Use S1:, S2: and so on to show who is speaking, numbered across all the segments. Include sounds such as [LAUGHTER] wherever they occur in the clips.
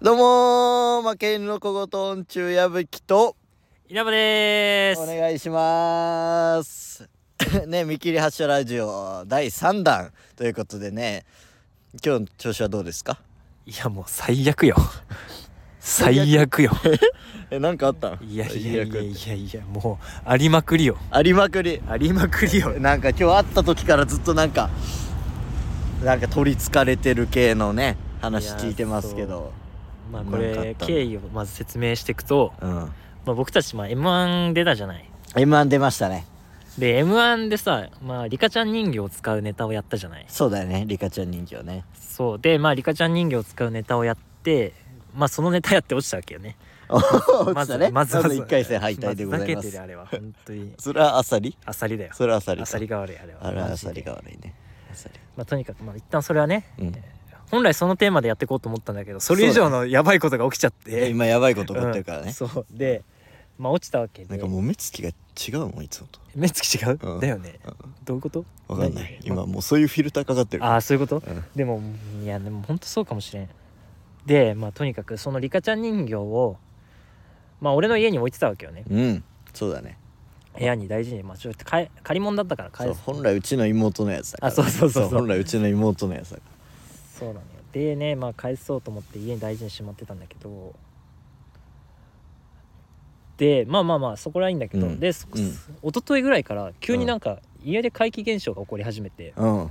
S1: どうもー、負けんの小言ん中矢吹と、
S2: 稲葉でー
S1: お
S2: す
S1: 願いします。 [LAUGHS] ね、見切り発車ラジオ第3弾ということでね、今日の調子はどうですか
S2: いやもう最悪よ [LAUGHS] 最悪よ
S1: え、なんかあった
S2: いやいやいやいやいやもうありまくりよ
S1: ありまくり。
S2: ありまくりよ
S1: なんか今日会った時からずっとなんか、なんか取りつかれてる系のね、話聞いてますけど。
S2: まあこ
S1: なんかあっ
S2: れ
S1: たの
S2: 経緯をまず説明していくと、
S1: うん。
S2: まあ、僕たちまあ m 1出たじゃない
S1: M1 出ましたね。
S2: で m 1でさまあリカちゃん人形を使うネタをやったじゃない
S1: そうだよね、リカちゃん人形ね。
S2: そうでまあリカちゃん人形を使うネタをやってまあそのネタやって落ちたわけよ [LAUGHS] ね
S1: ま [LAUGHS]
S2: まず
S1: ずね、
S2: ま
S1: ま
S2: ず
S1: ず1回戦敗退でございま
S2: ふざけて
S1: す
S2: る。あれは本当に
S1: それはアサリ
S2: アサリだよ
S1: それはアサリか
S2: アサリが悪いあれは
S1: あれは
S2: マ
S1: ア
S2: ジ
S1: サ
S2: で
S1: リが悪いねアサリ
S2: まあ、とにかくまあ一旦それはね
S1: うん
S2: 本来そのテーマでやっていこうと思ったんだけどそれ以上のやばいことが起きちゃって
S1: 今やばいこと起こってるから
S2: う
S1: ね
S2: ん、そうでまあ落ちたわけ
S1: な
S2: で
S1: んかもう目つきが違うもんいつもと
S2: 目つき違う、
S1: うん
S2: だよね、
S1: うん
S2: どういうこと
S1: わかんない
S2: 何
S1: 今もうそういうフィルターかかってる
S2: ああそういうこ
S1: う
S2: と、
S1: ん
S2: でもいやでも本当そうかもしれんでまあとにかくそのリカちゃん人形をまあ俺の家に置いてたわけよね
S1: うんそうだね
S2: 部屋に大事にまあちょっと買え借り物だったから
S1: そ
S2: 返
S1: う
S2: す
S1: 本来うちの妹のやつだから
S2: あそうそうそうそう
S1: 本来うちの妹のやつだか
S2: そうなのよでねまあ返そうと思って家に大事にしまってたんだけどでまあまあまあそこらはいいんだけど、
S1: うん
S2: でそ
S1: うん
S2: 一昨日ぐらいから急になんか家で怪奇現象が起こり始めて、
S1: らうん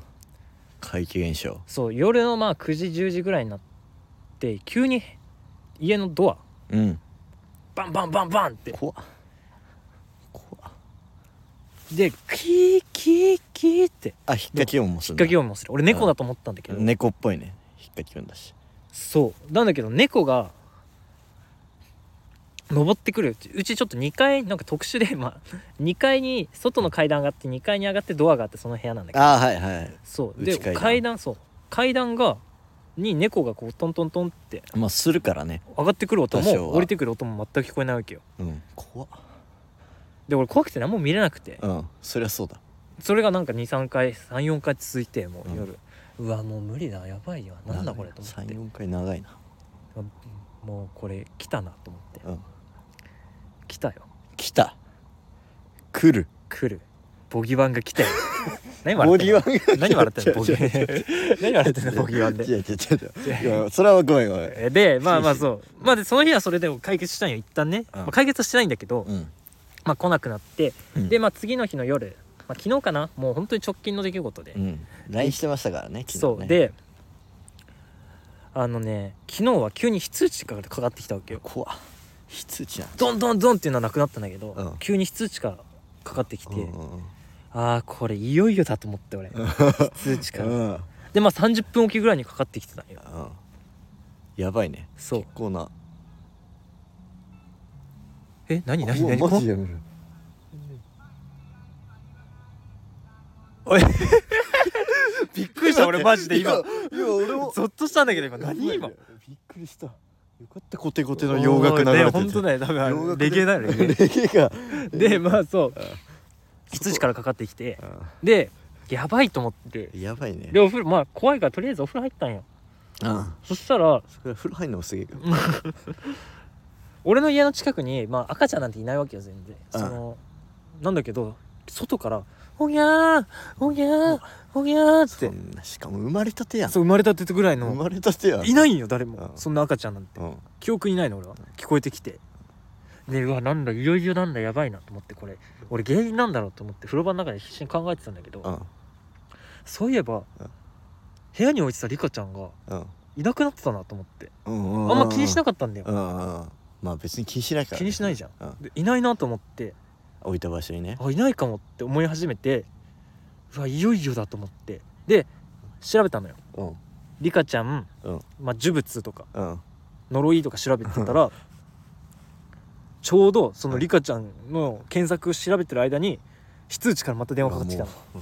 S1: 怪奇現象
S2: そう夜のまあ9時10時ぐらいになって急に家のドア
S1: うん
S2: バンバンバンバンって
S1: 怖っ怖っ
S2: でキーキーキーって
S1: あ引っかき音もする
S2: 引っ
S1: ん
S2: か
S1: だ
S2: き音もする俺猫だと思ったんだけど、
S1: 猫っぽいね引っかき音だし
S2: そうなんだけど猫が登ってくるうちうちちょっと2階なんか特殊で、まあ、2階 [LAUGHS] に外の階段があって2階に上がってドアがあってその部屋なんだけど
S1: ああはいはい
S2: そうで
S1: 内階
S2: 階
S1: 段
S2: 段そう階段がに猫がこうトントントンって
S1: まあするからね
S2: 上がってくる音
S1: 多少
S2: も
S1: は
S2: 降りてくる音も全く聞こえないわけよ
S1: うん怖っ
S2: で俺怖くて何も見れなくて
S1: うんそりゃそうだ
S2: それがなんか23回34回続いてもう夜
S1: う、
S2: うわもう無理だやばいよなんだこれと思って
S1: 34回長いな
S2: もうこれ来たなと思って
S1: うん
S2: 来たよ
S1: 来た来る
S2: 来るボギワン
S1: [LAUGHS]
S2: が来たよ何
S1: ボ
S2: 笑って
S1: ギ
S2: ん
S1: ワ
S2: の
S1: ンが
S2: 何笑ってんのボギワ
S1: 違う
S2: ン何笑ってんのボギワン
S1: 違う違
S2: で
S1: う違ういやそれはごめんごめん
S2: えでまあまあそうまあでその日はそれでも解決したんよ一旦ね、
S1: うん
S2: まあ解決はしてないんだけど、
S1: うん
S2: まあ来なくなって、
S1: うん
S2: でまあ次の日の夜、まあ、昨日かなもう本当に直近の出来事で、
S1: うん LINE してましたからね昨日ね
S2: そうであのね昨日は急に非通知がかかってきたわけよ
S1: 怖っ非通知なんだ
S2: ドンドンドンっていうのはなくなったんだけど、
S1: うん
S2: 急に非通知がかかってきて、
S1: うんうん
S2: ああこれいよいよだと思って俺
S1: うん
S2: 非通知から、
S1: うんうん
S2: でまあ30分おきぐらいにかかってきてたのよ
S1: やばいね
S2: そう
S1: こうな
S2: え何
S1: う
S2: 何
S1: わ
S2: 何
S1: マジやめる
S2: おいびっくりした俺マジで
S1: い
S2: 今
S1: やいや俺も
S2: ゾッとしたんだけど今何今
S1: びっくりしたよかったコテコテの洋楽流れて
S2: ね
S1: て
S2: 本当だよ多分あ
S1: 洋
S2: れ
S1: 楽
S2: レゲエだよレゲエ
S1: レゲエが
S2: [LAUGHS] でまあそう羊からかかってきてでやばいと思って
S1: うんやばいね
S2: でお風呂まあ怖いからとりあえずお風呂入ったんよ
S1: うん
S2: そしたら
S1: それ風呂入んのもすげえけど
S2: 俺の家の近くに、まあ、赤ちゃんなんていないわけよ全然
S1: うん
S2: そのなんだけど外から「おぎゃーおぎゃーおぎゃー」っ
S1: そ
S2: て
S1: んなしかも生まれたてやん
S2: そう生まれたてぐらい
S1: 生
S2: の
S1: まれたてやん
S2: いないんよ誰も
S1: うん
S2: そんな赤ちゃんなんて
S1: うん
S2: 記憶にないの俺は聞こえてきてでうわなんだいよいよなんだやばいなと思ってこれ俺原因なんだろうと思って風呂場の中で必死に考えてたんだけど、
S1: うん
S2: そういえば、
S1: うん
S2: 部屋に置いてたリカちゃんが
S1: うん
S2: いなくなってたなと思って
S1: うん
S2: あ
S1: うんん
S2: ま気にしなかったんだよ、
S1: うんうんうんまあ別に気にしないから
S2: 気にしないじゃん、
S1: うん
S2: でいないなと思って
S1: 置いた場所にね
S2: あいないかもって思い始めてうわいよいよだと思ってで調べたのよ
S1: うん
S2: リカちゃん、
S1: うん
S2: まあ、呪物とか
S1: うん
S2: 呪いとか調べてたらちょうどそのリカちゃんの検索を調べてる間に非通知からまた電話かかってきたの
S1: うわ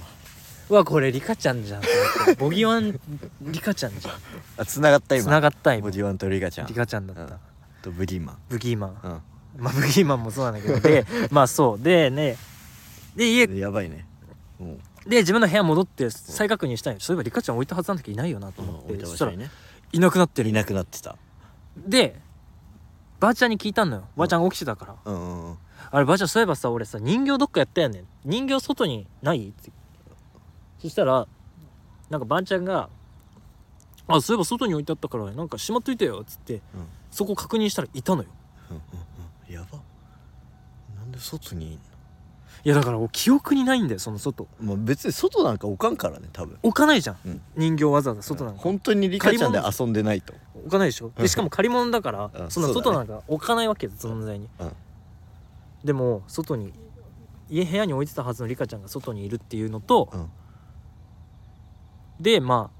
S1: もう
S2: うわこれリカちゃんじゃんと思ってボギワンリカちゃんじゃん
S1: あ繋がった
S2: つな
S1: 今
S2: がった今
S1: ボディワンとリガちゃん
S2: リカちゃんだった、
S1: うんとブギーマン
S2: ブギーマン
S1: うん
S2: まあブギーマンもそうなんだけどでまあそうでねで家で
S1: やばいねうん
S2: 自分の部屋戻って再確認したいそういえばリカちゃん置いたはずなんだけどいないよなと
S1: うん
S2: 思って、
S1: 置いた
S2: そ
S1: 場
S2: した
S1: 所
S2: ら
S1: にね
S2: いなくなってる
S1: いなくなってた
S2: でばあちゃんに聞いたのよばあちゃんが起きてたから、
S1: うんうんうん
S2: あればあちゃんそういえばさ俺さ人形どっかやったよねん人形外にないってそしたらなんかばあちゃんが「あそういえば外に置いてあったからなんかしまっといてよ」っつって、
S1: うん
S2: そこ確認したらいたのよ
S1: うんやばなんで外にいん
S2: いやだから俺記憶にないんだよその外
S1: のまあ別に外なんか置かんからね多分
S2: 置かないじゃん、
S1: うん
S2: 人形わざわざ外なんか
S1: 本当にリカちゃんで遊んでないと
S2: 置かないでしょ
S1: うん
S2: でしかも借り物だから、
S1: うん
S2: そんな
S1: そうだ
S2: 外
S1: ね
S2: なんか置かないわけよ存在に、
S1: うん
S2: でも外に家部屋に置いてたはずのリカちゃんが外にいるっていうのと、
S1: うん
S2: でま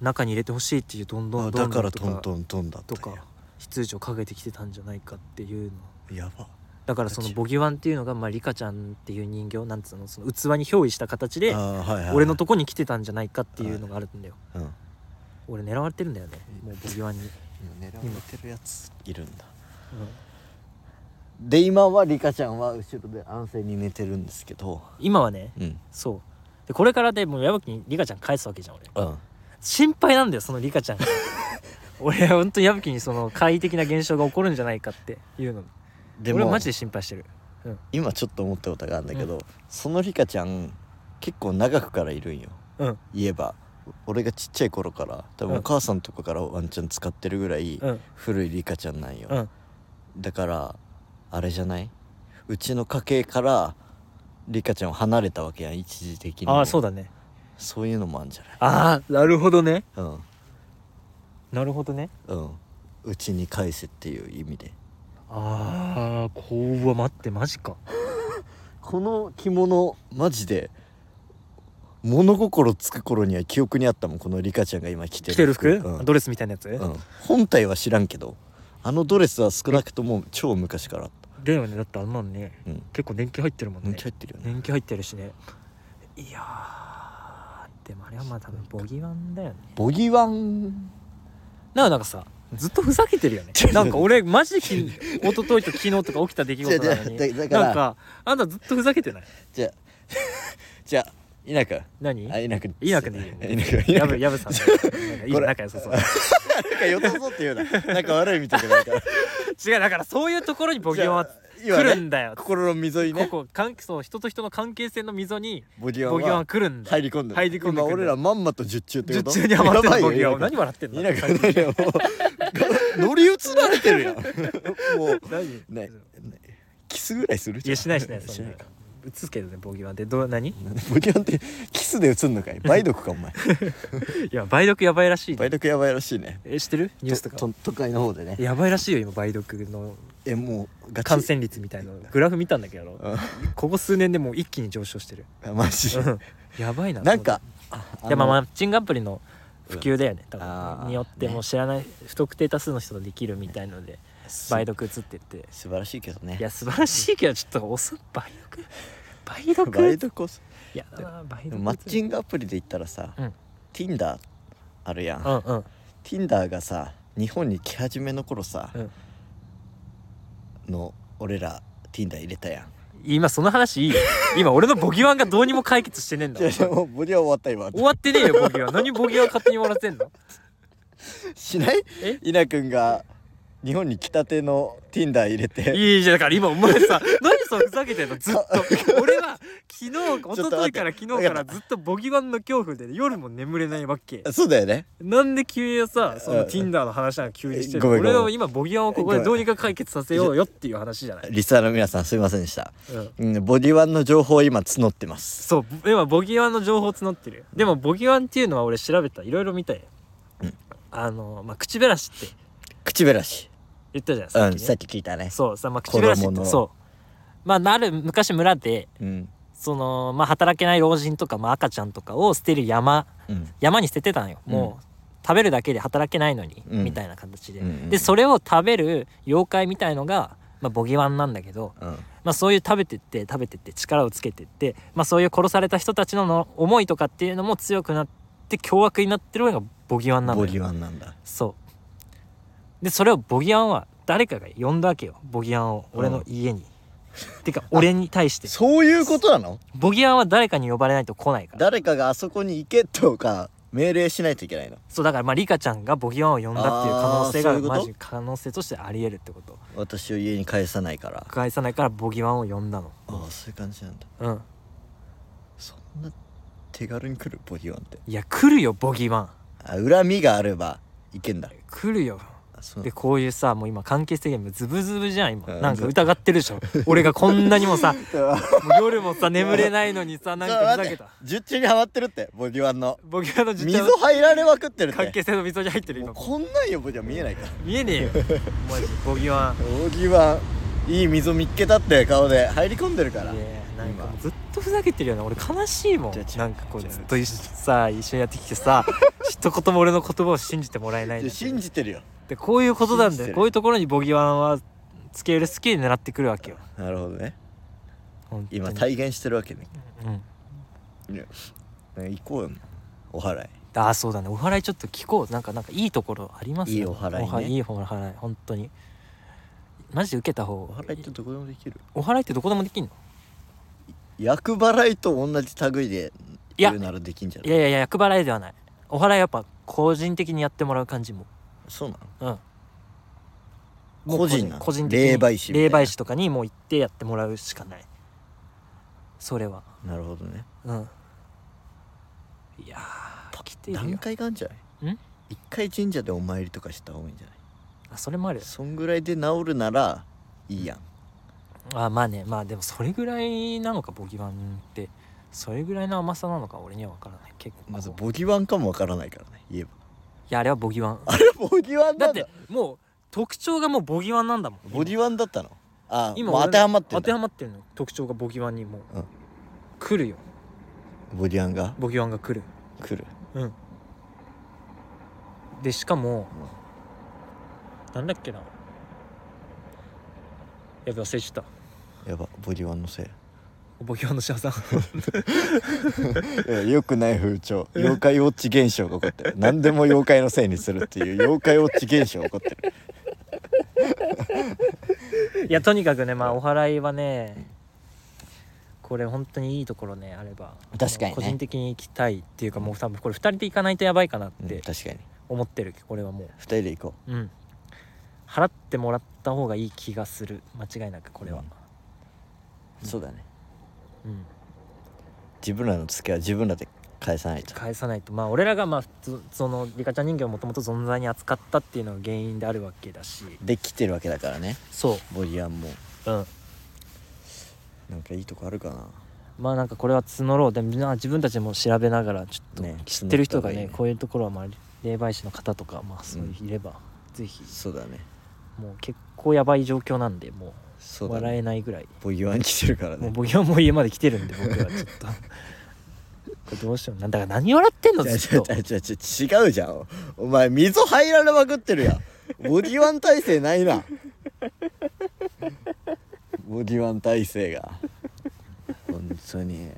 S2: あ中に入れてほしいっていうどんど
S1: あ
S2: んど
S1: だ
S2: ん
S1: か
S2: ど
S1: ら
S2: んと
S1: トン
S2: か
S1: トントンだった
S2: とか羊をかけてきてたんじゃないかっていうの
S1: やば
S2: だからそのボギワンっていうのが、まあ、リカちゃんっていう人形なんつうのその器に憑依した形で
S1: あーはいはいはい
S2: 俺のとこに来てたんじゃないかっていうのがあるんだよ
S1: うん今
S2: 俺狙われてるんだよねもうボギワンに、
S1: 狙われてるやついるんだ
S2: うん
S1: で今はリカちゃんは後ろで安静に寝てるんですけど
S2: 今はね
S1: うん
S2: そうでこれからでもう矢吹にリカちゃん返すわけじゃん俺
S1: うん
S2: 心配なんだよそのリカちゃ
S1: [LAUGHS]
S2: んが俺は本当に矢吹にその怪異的な現象が起こるんじゃないかっていうの
S1: で
S2: 俺
S1: も
S2: はマジで心配してる
S1: 今ちょっと思ったことがあるんだけど、
S2: うん
S1: そのリカちゃん結構長くからいるんよ
S2: うん
S1: 言えば俺がちっちゃい頃から多分
S2: うん
S1: お母さんとかからワンちゃん使ってるぐらい
S2: うん
S1: 古いリカちゃんなんよ、
S2: うん
S1: だからあれじゃないうちの家系からリカちゃんを離れたわけやん一時的に
S2: ああそう
S1: だ
S2: だね
S1: そういうのもあるんじゃない
S2: ああなるほどね
S1: うん
S2: なるほどね
S1: うんうちに返せっていう意味で
S2: ああ怖待ってマジか
S1: この着物マジで物心つく頃には記憶にあったもんこのリカちゃんが今着てる
S2: 着てる服、
S1: うん
S2: ドレスみたいなやつ、
S1: うん本体は知らんけどあのドレスは少なくとも超昔からあっ
S2: だよねだってあんなんね
S1: たうん
S2: 結構年季入ってるもんね
S1: 抜き入ってるよね
S2: 年季入ってるしねいやーでもあれはまあ多分ボギワンだよね
S1: ボギワン
S2: なんかなんかさずっとふざけてるよねなんか俺マジでき一昨日と昨日とか起きた出来事なのに
S1: 違う違うだだから
S2: なんかあんたずっとふざけてない
S1: じゃあ [LAUGHS] じゃあ稲君
S2: 何
S1: あ稲君
S2: 稲君でいいよ
S1: 稲君稲
S2: や
S1: 君
S2: ぶやぶさんなんかいい
S1: これ
S2: 仲良さそう
S1: なんか良さそうって言うななんか悪いみたいなから
S2: 違うだからそういうところにボギワンは
S1: じゃあ
S2: 来るんだよ、
S1: 心の溝に
S2: こ
S1: ね
S2: こ関そう人と人の関係性の溝に
S1: ボギワン
S2: ボギワンは
S1: は
S2: 来るんだ
S1: 入
S2: よ
S1: り込んで
S2: 入り込んでく
S1: 今
S2: る
S1: 俺らまんまと術中ってこと
S2: 術中にはまってるボギワン
S1: やばい
S2: 何
S1: よ
S2: 笑ってんの
S1: 稲君稲君何もう [LAUGHS] 乗り移られてるやんもう
S2: 何
S1: ねねキスぐらいする
S2: いやしないしない
S1: し
S2: そん
S1: な
S2: ない
S1: か
S2: 映すけどねボギワンでどう何い
S1: ボギワンってキスで映んのかい梅毒かお
S2: [LAUGHS]
S1: 前
S2: や梅毒やばいらしいね
S1: 梅毒やばいらしいね
S2: え知ってるニュースとか
S1: 都会の方でね
S2: やばいらしいよ今梅毒の
S1: えもうガチ
S2: 感染率みたいなグラフ見たんだけど
S1: うん
S2: ここ数年でもう一気に上昇してる
S1: あ [LAUGHS] マジ
S2: うんやばいな
S1: なんか
S2: いやまあマ
S1: あ
S2: ッチングアプリの普及だよね多
S1: あー
S2: 分によってもう知らない不特定多数の人とできるみたいので
S1: のす
S2: 梅毒移ってって
S1: 素晴らしいけどね
S2: いや素晴らしいけどちょっと遅っ梅毒梅
S1: 梅
S2: 毒
S1: 毒こそ
S2: いやだな梅
S1: で
S2: 毒
S1: もマッチングアプリで言ったらさ、
S2: うん
S1: Tinder あるやん、
S2: うんうん
S1: Tinder がさ日本に来始めの頃さ、
S2: うん
S1: の俺ら Tinder 入れたやん
S2: 今その話いいよ今俺のボギワンがどうにも解決してねえんだ
S1: じゃあもうボディは終わった今
S2: 終わってねえよボギワン何ボギワン勝手にもらって
S1: [LAUGHS]
S2: んの
S1: しない
S2: え
S1: 稲君が日本に来たての Tinder 入れて
S2: いいじゃんだから今お前さ何それふざけてんのずっと俺は
S1: [LAUGHS]
S2: 昨日一昨日から昨日からずっとボギワンの恐怖で夜も眠れないわけ
S1: そうだよね
S2: なんで急にさそ
S1: うん
S2: の Tinder の話なんか急にしてる
S1: ご
S2: の
S1: めんごめ
S2: 俺
S1: ん
S2: は今ボギワンをここ
S1: ごめ
S2: で
S1: ん
S2: どうにか解決させようよっていう話じゃない、
S1: リスナーの皆さんすいませんでした、
S2: うん、
S1: うん、ボディワンの情報を今募ってます
S2: そう今ボギワンの情報募ってるよでもボギワンっていうのは俺調べたいろいろ見たよ、あのまあ口べらしって
S1: 口べらし
S2: 言ったじゃない
S1: うん
S2: ね
S1: さっき聞いたね
S2: そうさ、まあ、口べらしっ
S1: 子供
S2: て
S1: の
S2: そうまあある昔村で
S1: うん
S2: その、まあ、働けない老人とか、まあ、赤ちゃんとかを捨てる山
S1: うん
S2: 山に捨ててたのよもう、食べるだけで働けないのに、
S1: うん
S2: みたいな形で、
S1: うんうん
S2: でそれを食べる妖怪みたいのが、まあ、ボギワンなんだけど、
S1: うん
S2: まあ、そういう食べてって食べてって力をつけてって、まあ、そういう殺された人たちのの思いとかっていうのも強くなって凶悪になってるのがボギワンなの
S1: ボ
S2: よ
S1: ディワンなんだ
S2: そうでそれをボギワンは誰かが呼んだわけよボギワンを俺の家に、てか俺に対して
S1: そういうことなの
S2: ボギワンは誰かに呼ばれないと来ないから
S1: 誰かがあそこに行けとか命令しないといけないの
S2: そうだからまあリカちゃんがボギワンを呼んだっていう可能性
S1: あー
S2: が
S1: そういうこと
S2: マジ可能性としてありえるってこと
S1: 私を家に返さないから
S2: 返さないからボギワンを呼んだの
S1: ああそういう感じなんだ
S2: うん
S1: そんな手軽に来るボギーワンって
S2: いや来るよボギワン
S1: あ恨みがあればいけんだ
S2: 来るよ
S1: あそう
S2: でこういうさもう今関係性ゲームズブズブじゃん今
S1: うん
S2: なんか疑ってるでしょ俺がこんなにもさもう夜もさ眠れないのにさなんかふざけた
S1: 十中にハマってるってボギーワンの
S2: ボギワンの実
S1: 溝
S2: 態
S1: 入られまくってるっ
S2: 関
S1: て
S2: 係性の溝に入ってる
S1: もう
S2: 今
S1: こんなんよボギーワン見えないから
S2: 見えね
S1: [LAUGHS]
S2: えよマジボギワン
S1: ボギーワンいい溝見っけたって顔で入り込んでるから
S2: いやなんかもうずっとふざけてるよね俺悲しいもん
S1: じゃあちょ
S2: なんかこう
S1: じゃあ
S2: ずっと一緒さ一緒にやってきて
S1: [LAUGHS]
S2: さ一言も俺の言葉を信じてもらえない
S1: で
S2: で
S1: 信じてるよ
S2: でこういうことな
S1: 信
S2: ん
S1: じ
S2: だ
S1: てる
S2: よこういうところにボギワンはつけ入れ好きで狙ってくるわけよ
S1: なるほどね
S2: 本当に
S1: 今体現してるわけね
S2: うん
S1: ね行こうよお祓い
S2: あーそうだねお祓いちょっと聞こうなんかなんかいいところあります
S1: いいお祓いね
S2: いいお祓い本当にマジで受けた方
S1: お祓いってどこでもできる
S2: お祓いってどこでもできんの
S1: 厄払いと同じ類で
S2: いや
S1: 言うならできんじゃない
S2: いやいやいや厄払いではないお祓いやっぱ個人的にやってもらう感じも
S1: そうなの
S2: うんもう
S1: 個人なの
S2: 個人的に
S1: 霊媒師みたいな
S2: 霊媒師とかにもう行ってやってもらうしかないそれは
S1: なるほどね
S2: うんいやー来てる
S1: 段
S2: よ
S1: 階があるんじゃない
S2: ん
S1: 一回神社でお参りとかした方がいいんじゃない
S2: あそれもある
S1: そんぐらいで治るならいいやん
S2: あまあねまあでもそれぐらいなのかボギワンってそれぐらいの甘さなのか俺には分からない結構
S1: まずボギワンかもわからないからね [LAUGHS] 言えば
S2: いやあれはボギワン
S1: あれボギワン
S2: だ
S1: な
S2: っ
S1: んだ
S2: てもう特徴がもうボギワンなんだもん
S1: ボギワンだったのあ
S2: 今
S1: もう
S2: 俺
S1: 当てはまって
S2: 当
S1: る
S2: てはまってるの特徴がボギワンにもう、
S1: うん
S2: 来るよ
S1: ボギワンが
S2: ボギワンが来る
S1: 来る
S2: うんでしかも、なんだっけなやべ忘れちゃった
S1: やばボギワンのせい
S2: ボギワンの [LAUGHS] 幸
S1: [LAUGHS]
S2: せ
S1: えー良くない風潮妖怪ウォッチ現象が起こってる何でも妖怪のせいにするっていう妖怪ウォッチ現象が起こってる
S2: いやとにかくねまあお祓いはねこれ本当にいいところねあれば
S1: 確かにね
S2: 個人的に行きたいっていうかもう多分これ2人で行かないとやばいかなっ
S1: うん
S2: て
S1: 確かに
S2: 思ってるこれはもう
S1: 二人で行こ
S2: うん払ってもらった方がいい気がする間違いなくこれは
S1: うそうだね
S2: うん、
S1: 自分らのツケは自分らで返さないと
S2: 返さないとまあ俺らがまあつそのリカちゃん人形をもともと存在に扱ったっていうのが原因であるわけだし
S1: できてるわけだからね
S2: そ
S1: ボギワンも
S2: ううん
S1: なんかいいとこあるかな
S2: まあなんかこれは募ろうでみんな自分たちでも調べながらちょっ
S1: ね
S2: と知ってる人が
S1: 募
S2: ね
S1: った方がいいね
S2: こういうところはまあ霊媒師の方とかまあそういういれば、ぜひ
S1: そうだね
S2: もう結構やばい状況なんでもう
S1: そうだ
S2: 笑え
S1: ね
S2: ないぐらい、
S1: ボギワン来てるから
S2: もう
S1: ね
S2: 僕はもう家まで来て
S1: [LAUGHS]
S2: るんで僕はちょっとこれどうしようなんだから何笑ってんの
S1: 違う
S2: ずっと
S1: 違う違う違う違うじゃんお前溝入られまくってるやんボディワン体制ない
S2: [LAUGHS]
S1: なボディワン体制が本当に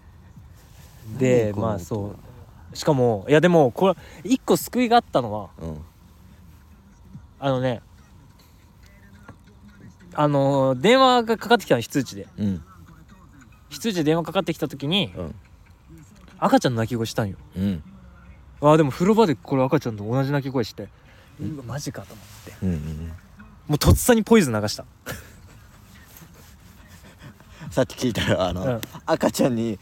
S2: で
S1: 何この
S2: まあそうしかもいやでもこれ一個救いがあったのは
S1: うん
S2: あのねあの電話がかかってきたの非通知で
S1: うん
S2: 非通知で電話かかってきた時に
S1: うん
S2: 赤ちゃんの泣き声したんよ
S1: うん
S2: あーでも風呂場でこれ赤ちゃんと同じ泣き声してうわマジかと思って
S1: うんうん
S2: もうとっさにポイズン流した
S1: さっき聞いたらあの、
S2: うん
S1: 赤ちゃんに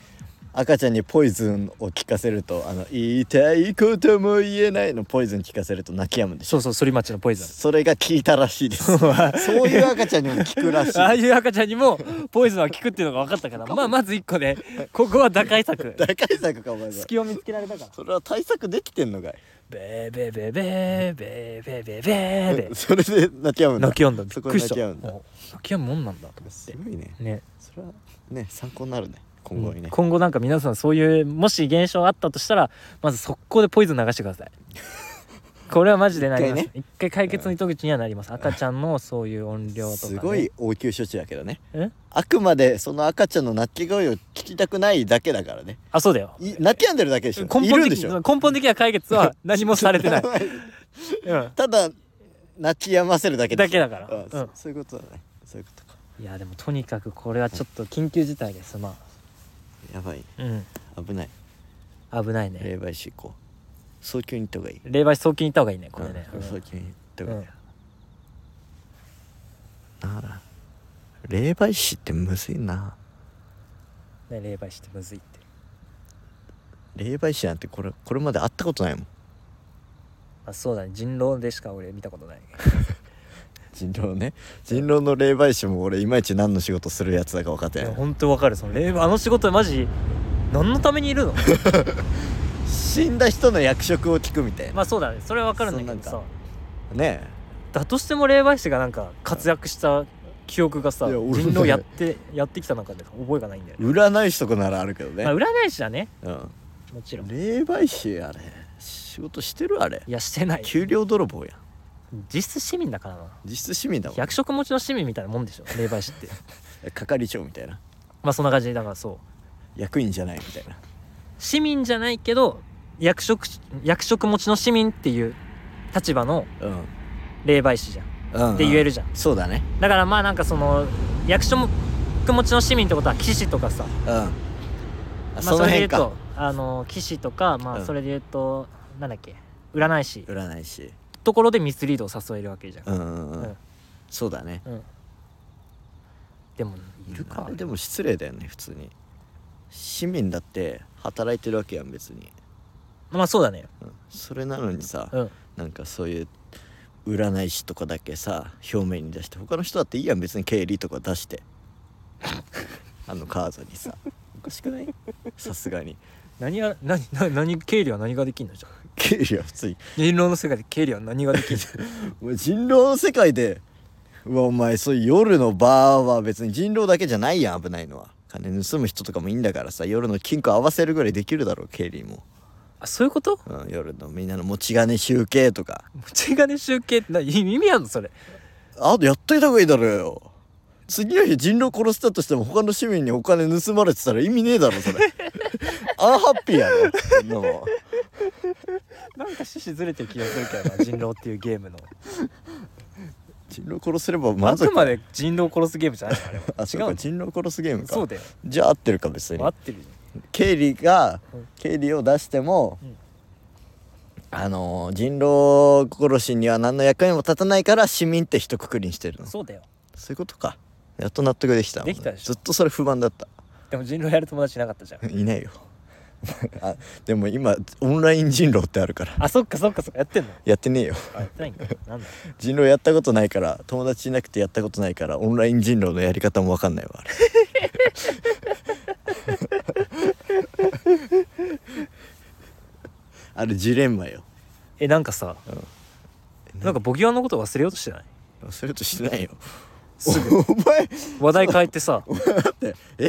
S1: 赤ちゃんにポイズンを聞かせるとあの言いたいことも言えないのポイズン聞かせると泣き止むんでしょ
S2: そうそう反町のポイズン
S1: それが効いたらしい
S2: [LAUGHS]
S1: ですそういう赤ちゃんにも効くらしい
S2: ああいう赤ちゃんにもポイズンは効くっていうのが分かったからまあまず一個ねここは打開策
S1: 打開策かお前ら
S2: 隙を見つけられたから
S1: それは対策できてんのかい
S2: ベーベーベーベーベーベーベーベーベー
S1: それで泣き止むんだ
S2: 泣き止んだび
S1: そ
S2: っ
S1: こ
S2: く
S1: で
S2: りし
S1: 泣
S2: た
S1: き止むんだ
S2: もう泣き止むもんなんだと思
S1: す
S2: っ
S1: ごいね
S2: てね
S1: それはね参考になるね今後にね、
S2: 今後なんか皆さんそういうもし現象あったとしたらまず速攻でポイズン流してくだ
S1: [LAUGHS]
S2: さいこれはマジでなります
S1: 一
S2: 一回,、解決の糸口にはなります赤ちゃんのそういう音量とか、ね、
S1: すごい応急処置だけどね
S2: え
S1: あくまでその赤ちゃんの泣き声を聞きたくないだけだからね
S2: あそうだよ
S1: い泣き止んでるだけでし
S2: 根
S1: ょ
S2: 本
S1: いるんで
S2: 的
S1: しょ
S2: 根本的な解決は何もされてない、うん、
S1: [LAUGHS] ただ泣き止ませるだけでしょ
S2: だけだから
S1: うんそ
S2: うん
S1: そういうことだねそういうことか
S2: [LAUGHS] いやでもとにかくこれはちょっと緊急事態ですま
S1: やばい
S2: あうん
S1: 危ない
S2: 危ないね
S1: 霊媒師行こ早急に行った方がいい
S2: 霊媒師早急に行った方がいいねこれね、
S1: うん早急に行った方がいい、なあ霊媒師ってむずいな
S2: ね霊媒師ってむずいって
S1: 霊媒師なんてこれこれまで会ったことないもん
S2: あそうだね人狼でしか俺見たこ
S1: [LAUGHS]
S2: とない
S1: 人狼ね人狼の霊媒師も俺いまいち何の仕事するやつだか分かって
S2: い
S1: な
S2: や
S1: い
S2: 本当わかるその霊媒あの仕事マジ何のためにいるの
S1: 死んだ人の役職を聞くみたいな
S2: まあそうだねそれはわかるんだけど
S1: そ
S2: さ
S1: うねえ
S2: だとしても霊媒師がなんか活躍した記憶がさ
S1: いや
S2: 人
S1: 俺もね
S2: 狼やってやってきた中で覚えがないんだよね、
S1: 占い師とかならあるけどね、
S2: まあ、占い師だね
S1: うん
S2: もちろんい
S1: 霊媒師あれ仕事してるあれ
S2: やしてない
S1: 給料泥棒やん
S2: 実質市民だからな
S1: 実質市民だもん
S2: 百食持ちの市民みたいなもんでしょ霊媒師って [LAUGHS]
S1: 係長みたいな
S2: まあそんな感じでだからそう
S1: 役員じゃないみたいな
S2: 市民じゃないけど役職役職持ちの市民っていう立場の
S1: うん
S2: 霊媒師じゃん
S1: うんうん
S2: って言えるじゃん
S1: そうだね
S2: だからまあなんかその役職持ちの市民ってことは騎士とかさ、
S1: うんあ
S2: まあ、
S1: その
S2: れで言
S1: 辺
S2: う
S1: か
S2: とあの騎士とかま
S1: う
S2: あ
S1: ん
S2: それで言うと、なんだっけ占い師
S1: 占い師
S2: ところでミスリードを誘えるわけじゃん、
S1: うんうんう
S2: うん
S1: んそうだね
S2: うんでもいるか
S1: あれでも失礼だよね普通に市民だって働いてるわけやん別に、
S2: まあそうだね
S1: うん、それなのにさ、
S2: うん
S1: なんかそういう占い師とかだけさ表面に出して他の人だっていいやん別に経理とか出して [LAUGHS] あのカードにさおかしくないさすがに
S2: 何が何何何経理は何ができんのじゃん
S1: 経理は普通に
S2: 人狼の世界で経理は何ができんの
S1: お前人狼の世界でうわお前そういう夜のバーは別に人狼だけじゃないやん危ないのは金盗む人とかもいいんだからさ夜の金庫合わせるぐらいできるだろう経理も、
S2: [LAUGHS] あそういうこと
S1: うん、夜のみんなの持ち金集計とか
S2: 持ち金集計ってな意味あんのそれ
S1: あとやっといた方がいいだろうよ次の日人狼殺したとしても他の市民にお金盗まれてたら意味ねえだろそ
S2: [LAUGHS]
S1: れアンハッピーやろそんなもん
S2: なんか趣旨ずれてる気がするけど [LAUGHS] な人狼っていうゲームの
S1: 人狼殺せれば
S2: あ
S1: 満
S2: く
S1: 足
S2: まで人狼を殺すゲームじゃないのあれは
S1: あそうか
S2: 違う
S1: 人狼殺すゲームか
S2: [LAUGHS] そうだよ
S1: じゃあ合ってるか別に
S2: 合ってるじ
S1: 経理が
S2: うん
S1: 経理を出しても、
S2: うん
S1: あのー人狼殺しには何の役にも立たないから市民って一括りにしてる
S2: ゃ
S1: の
S2: ん
S1: そ
S2: そうだよ
S1: ういうことかやっと納得できたもんね
S2: できたでしょ
S1: ずっとそれ不満だった
S2: でも人狼やる友達いなかったじゃ
S1: [LAUGHS]
S2: ん
S1: いないよあでも今オンライン人狼ってあるから
S2: あそっかそっかそっかやってんの
S1: やってねえよ
S2: あやってないんだなんだ
S1: 人狼やったことないから友達いなくてやったことないからオンライン人狼のやり方もわかんないわあれ [LAUGHS] あれジレンマよ
S2: えなんかさ、
S1: うん
S2: なんかボギワのこと忘れようとしてない
S1: それとしてないよ
S2: すぐ
S1: お前
S2: 話題変え
S1: [LAUGHS]
S2: てさ
S1: だってえ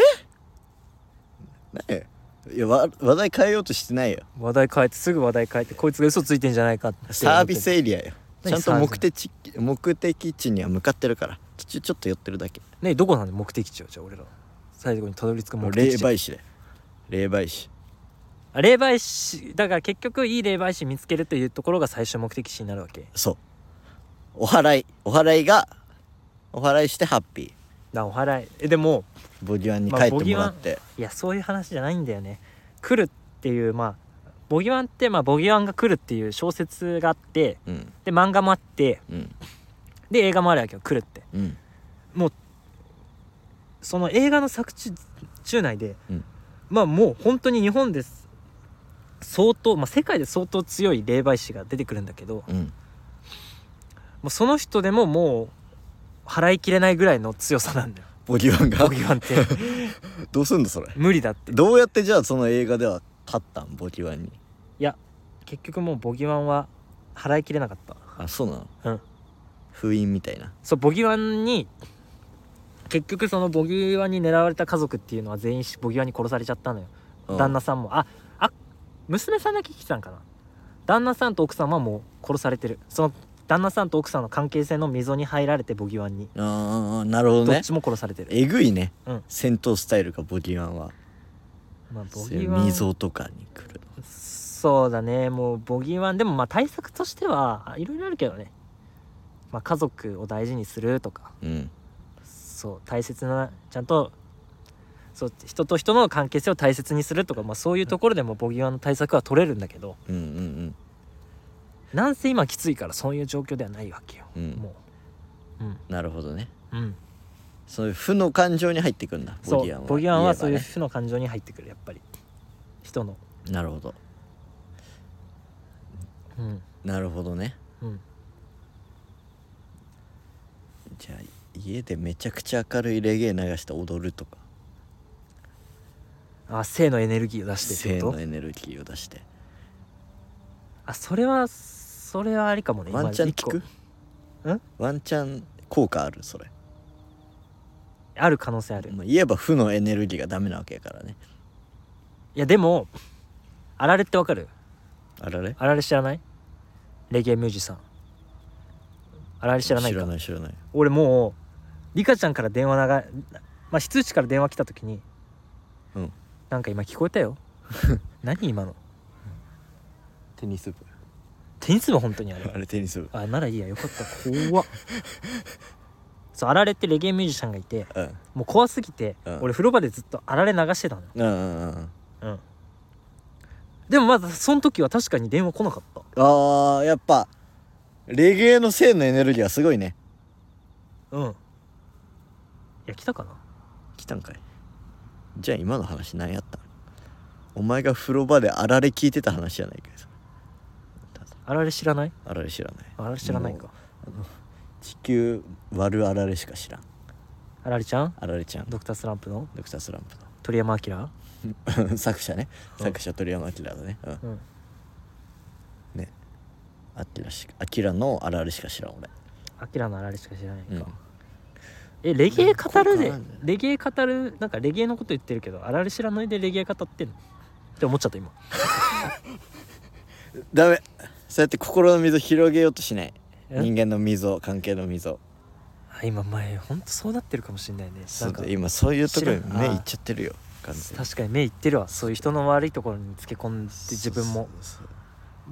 S1: 何いやわ話題変えようとしてないよ
S2: 話題変えてすぐ話題変えてこいつが嘘ついてんじゃないかって
S1: サービスエリアよちゃ
S2: 何
S1: んと目的地目的地には向かってるから途中ちょっと寄ってるだけ
S2: ねどこなんで目的地をじゃあ俺ら最後にたどり着く目
S1: 霊
S2: 的地
S1: 媒師で霊媒師
S2: あ霊媒師だから結局いい霊媒師見つけるというところが最終目的地になるわけ
S1: そうお祓いお祓いがお祓いしてハッピ
S2: なお祓いえでも
S1: ーボギワンに
S2: まあ
S1: 帰ってもらって、
S2: いやそういう話じゃないんだよね来るっていうまあボギワンってまあボギワンが来るっていう小説があって
S1: うん
S2: で漫画もあって
S1: うん
S2: で映画もあるわけよ来るって
S1: うん
S2: その映画の作中中内で、
S1: うん
S2: まあもう本当に日本です相当、まあ、世界で相当強い霊媒師が出てくるんだけども
S1: うん
S2: うその人でももう払いきれないぐらいの強さなんだよ
S1: ボギワンが
S2: ボギワンって
S1: どうすんだそれ
S2: 無理だって
S1: どうやってじゃあその映画では勝ったんボギワンに
S2: 結局もうボギワンは払いきれなかった
S1: あそうなの
S2: うん
S1: 封印みたいな
S2: そうボギワンに結局そのボギワンに狙われた家族っていうのは全員しボギワンに殺されちゃったのよ、
S1: うん
S2: 旦那さんもああ娘さんだけ聞きたんかな旦那さんと奥さんはもう殺されてるその旦那さんと奥さんの関係性の溝に入られてボギワンに、
S1: ああなるほど
S2: どっ
S1: ね
S2: ちも殺されてる、
S1: えぐいね、
S2: うん
S1: 戦闘スタイルがボギワンは
S2: まあ、ボ
S1: そうい
S2: ギ
S1: う
S2: ワン
S1: 溝とかに来る
S2: そうだねもうボギワンでもまあ対策としてはあいろいろあるけどね、まあ、家族を大事にするとか
S1: のうん
S2: そう大切なちゃんとそう人と人の関係性を大切にするとか、まあ、そういうところでもボギワの対策は取れるんだけど
S1: うんうん
S2: なんせ今きついからそういう状況ではないわけよ、
S1: うんうん
S2: もううん
S1: なるほどね
S2: うん
S1: そういう負の感情に入ってくんだ
S2: そ
S1: ボギアン
S2: う
S1: は
S2: ボギワンはそういう
S1: 言え
S2: 負の感情に入ってくるやっぱり人の
S1: ばねなるほど
S2: うん
S1: なるほどね
S2: うん
S1: じゃあ家でめちゃくちゃ明るいレゲエ流して踊るとか
S2: あ性のエネルギーを出して
S1: 性
S2: ってこ
S1: の
S2: と
S1: エネルギーを出して
S2: あそれはそれはありかもね
S1: ワンチャン
S2: 一個
S1: 聞く
S2: ん
S1: ワンチャン効果あるそれ、
S2: ある可能性ある、い
S1: まあ、言えば負のエネルギーがダメなわけやからね
S2: やでもあられってわかる
S1: あられ
S2: あられ知らないレゲエミュージシャンあられ知らない
S1: 知
S2: から
S1: ない知らない
S2: 俺もうリカちゃんから電話ながまあ非通知から電話来た時に「
S1: うん
S2: なんか今聞こえ
S1: [LAUGHS]
S2: たよ何今の
S1: テニス部
S2: テニス部本当にあ
S1: [LAUGHS]
S2: れ
S1: あれテニス部
S2: あならいいやよかっ
S1: [LAUGHS]
S2: た怖っそうあられってレゲエミュージシャンがいて
S1: うん
S2: もう怖すぎて、
S1: うん
S2: 俺風呂場でずっとあられ流してたの
S1: うんうんうんうん
S2: うんでもまだその時は確かに電話来なかった
S1: あーやっぱレゲエの性のエネルギーはすごいね
S2: うんいや来たかな
S1: 来たんかいじゃあ今の話何やったのお前が風呂場であられ聞いてた話じゃないかよそれ
S2: あられ知らない
S1: あられ知らない
S2: あられ知らないか
S1: もうあの地球割るあられしか知らん
S2: あられちゃん
S1: あられちゃんド
S2: ドクタースランプの
S1: クタースラン
S2: 鳥山明
S1: プの [LAUGHS] 作者ね
S2: うん
S1: 作者鳥山明だねうん
S2: うん
S1: ねあきらしあきらのあられしか知らん俺
S2: アキラのあられしか知らないか、
S1: うん
S2: えレゲエ語る
S1: で
S2: で
S1: も効果あるんじゃない
S2: レゲエ語るなんかレゲエのこと言ってるけどあられ知らないでレゲエ語ってんのって思っちゃった今
S1: ダメそうやって心の溝広げようとしない
S2: え
S1: 人間の溝関係の溝
S2: あ今前ほんとそうなってるかもしれないね
S1: そ
S2: なん
S1: う
S2: か
S1: だ今そういうところに
S2: 知らん
S1: 目
S2: あー
S1: いっちゃってるよ完全に
S2: 確かに目いってるわそういう人の悪いところにつけ込んで自分も
S1: そうそ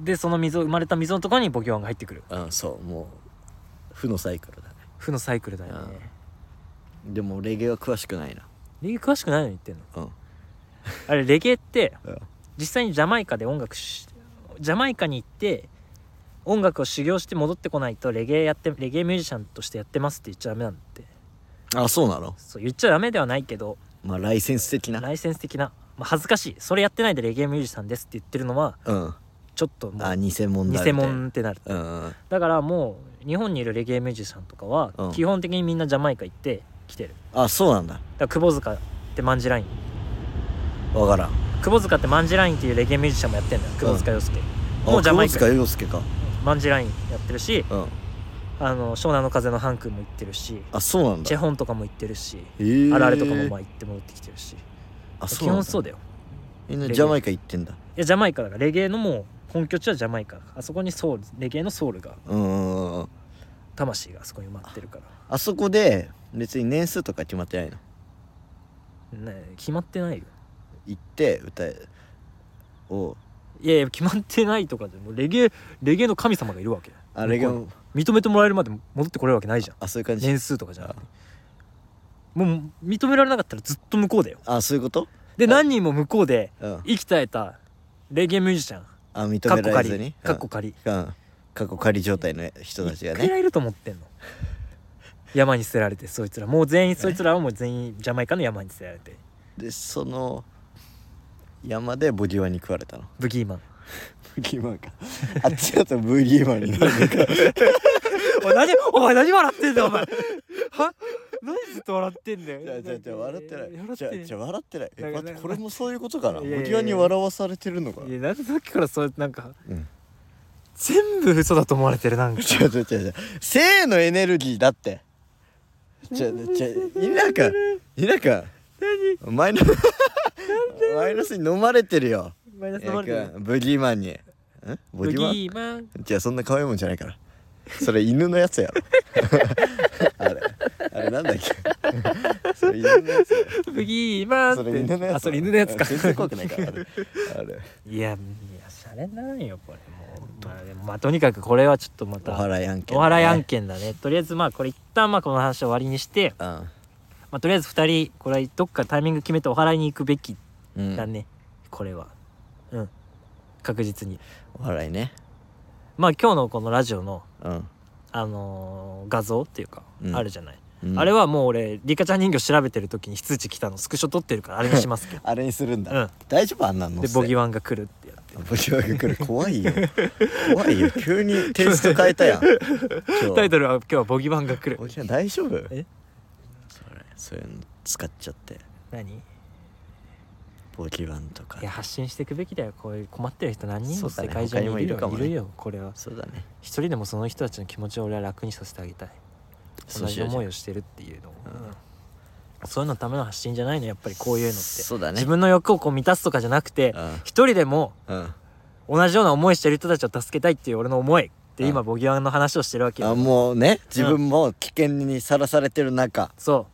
S1: う
S2: でその溝生まれた溝のところにボギワンが入ってくる
S1: そううんそうもう負のサイクルだね
S2: 負のサイクルだよね
S1: でもレゲエは詳しくないな
S2: レゲエ詳しくないのに言ってんの
S1: うん
S2: あれレゲエって
S1: うん
S2: 実際にジャマイカで音楽しジャマイカに行って音楽を修行して戻ってこないとレゲエやってレゲエミュージシャンとしてやってますって言っちゃダメなんだって
S1: あそうなの
S2: そう言っちゃダメではないけど
S1: まあライセンス的な
S2: ライセンス的な、まあ、恥ずかしいそれやってないでレゲエミュージシャンですって言ってるのは
S1: うん
S2: ちょっとも
S1: あ
S2: う
S1: 偽物だみた
S2: 偽
S1: いな
S2: 物ってなる
S1: うんうん
S2: だからもう日本にいるレゲエミュージシャンとかは
S1: うん
S2: 基本的にみんなジャマイカ行って来てる
S1: あそうなんだ
S2: だから久保塚ってマンジライン
S1: わからん
S2: 久保塚ってマンジラインっていうレゲエミュージシャンもやってんだよ久保塚洋介、
S1: あ
S2: もうジャマイ
S1: 久
S2: カ
S1: 保塚洋介か
S2: マンジラインやってるし
S1: うん
S2: あの湘南の風のハン君も行ってるし
S1: あそうなんだ
S2: チェホンとかも行ってるし、
S1: えー
S2: あられとかもまあ行って戻ってきてるし
S1: あ
S2: 基本そう
S1: だ
S2: だよ
S1: みんなジャマイカ行ってんだ
S2: いやジャマイカだからレゲエのもう本拠地はジャマイカあそこにソウルレゲエのソウルが
S1: うんうんうんうん
S2: 魂があそこに埋まってるか
S1: あそこで別に年数とか決まってないの
S2: ら、ね、決まってないよ
S1: 行って歌えおう
S2: いやいや決まってないとかでもうレゲエレゲエの神様がいるわけ
S1: あレゲエ
S2: 向こ
S1: も
S2: うに認めてもらえるまで戻ってこれるわけないじゃん
S1: あそういう感じ
S2: 年数とかじゃなくてもう認められなかったらずっと向こうだよ
S1: あそういうこと
S2: で何人も向こうで
S1: うん
S2: 息絶えたレゲエミュージシャン
S1: あ
S2: か
S1: 認
S2: っ
S1: め
S2: こ
S1: られ
S2: 仮
S1: ずに
S2: かっこ仮
S1: うん過去仮状態の人たちが
S2: いく
S1: ね
S2: らいると思ってんの山に捨てられてそいつらもう全員そいつらはもう全員ジャマイカの山に捨てられて
S1: でその山でボディワンに食われたの
S2: ブギー
S1: [LAUGHS]
S2: マン
S1: ブギーマンか [LAUGHS] あっちだとブギーマ
S2: [LAUGHS]
S1: ンになるのか
S2: おい何お前何笑ってんだよお前 [LAUGHS] は何ずっと笑ってんだよ
S1: じゃあじゃあじゃあ笑ってない
S2: 笑っ
S1: じゃあ
S2: て
S1: じゃあ笑ってないえ
S2: なんか
S1: 待っ
S2: な
S1: て
S2: ん
S1: こ
S2: か
S1: れもそういうことかなボ
S2: い
S1: デ
S2: やいやいや
S1: ィワンに笑わされてるのかない
S2: やなんでさっきからそうなんか
S1: うん
S2: 全部嘘だと思われてるなんか
S1: ちょちょちょちょ性のエネルギーだってちょちょ田舎田舎
S2: 何
S1: マイナスマイナスに飲まれてるよ
S2: マイナス飲まれて
S1: え
S2: る
S1: ブギーマンにんボ
S2: ブ
S1: デ
S2: ギ
S1: ィワン
S2: ーマン
S1: じゃあそんな可愛いもんじゃないからそれ犬のや
S2: [LAUGHS]
S1: つやろあれあれなんだっけそれ犬のやつや
S2: ブギーマン
S1: それ犬のやつ
S2: あそれ犬のやつか
S1: 全然怖くないからあれあれ
S2: いやいやシャレにならんよこれもうまあでもまあとにかくこれはちょっとま
S1: お
S2: た
S1: はらい案件
S2: お笑い案件だねとりあえずまあこれ一旦まあこの話を終わりにして
S1: うん
S2: まあ、とりあえず2人これはどっかタイミング決めてお祓いに行くべき
S1: うん
S2: だね、これはうん確実に
S1: お祓いね
S2: まあ今日のこのラジオの
S1: うん、
S2: あのー画像っていうか、
S1: うん
S2: あるじゃない、
S1: うん
S2: あれはもう俺リカちゃん人形調べてる時に非通知来たのスクショ撮ってるからあれにしますけど
S1: あれにするんだ、
S2: うん
S1: 大丈夫あんなんの
S2: でボギワンが来るってやって
S1: ボギワが来る怖
S2: [LAUGHS]
S1: いよ怖いよ急にテイスト変えたやん今日
S2: タイトルは今日はボギワンが来る
S1: ボギワ大丈夫
S2: え
S1: それそういうの使っちゃって
S2: 何い
S1: ボギワンとか
S2: や発信していくべきだよこういう困ってる人何人も
S1: そうだ
S2: 世
S1: ね
S2: 界中にいる
S1: 他
S2: よ,、
S1: にもいるかもね
S2: いるよこれは
S1: そうだね
S2: 一人でもその人たちの気持ちを俺は楽にさせてあげたい同じ思いをしてるっていうのを、
S1: うん
S2: そういうのための発信じゃないのやっぱりこういうのって、
S1: そうだね
S2: 自分の欲をこう満たすとかじゃなくて
S1: うん
S2: 一人でも
S1: うん
S2: 同じような思いしてる人たちを助けたいっていう俺の思いで
S1: うん
S2: 今ボギワンの話をしてるわけ
S1: あ
S2: よ
S1: もうね自分も危険にさらされてる中
S2: そ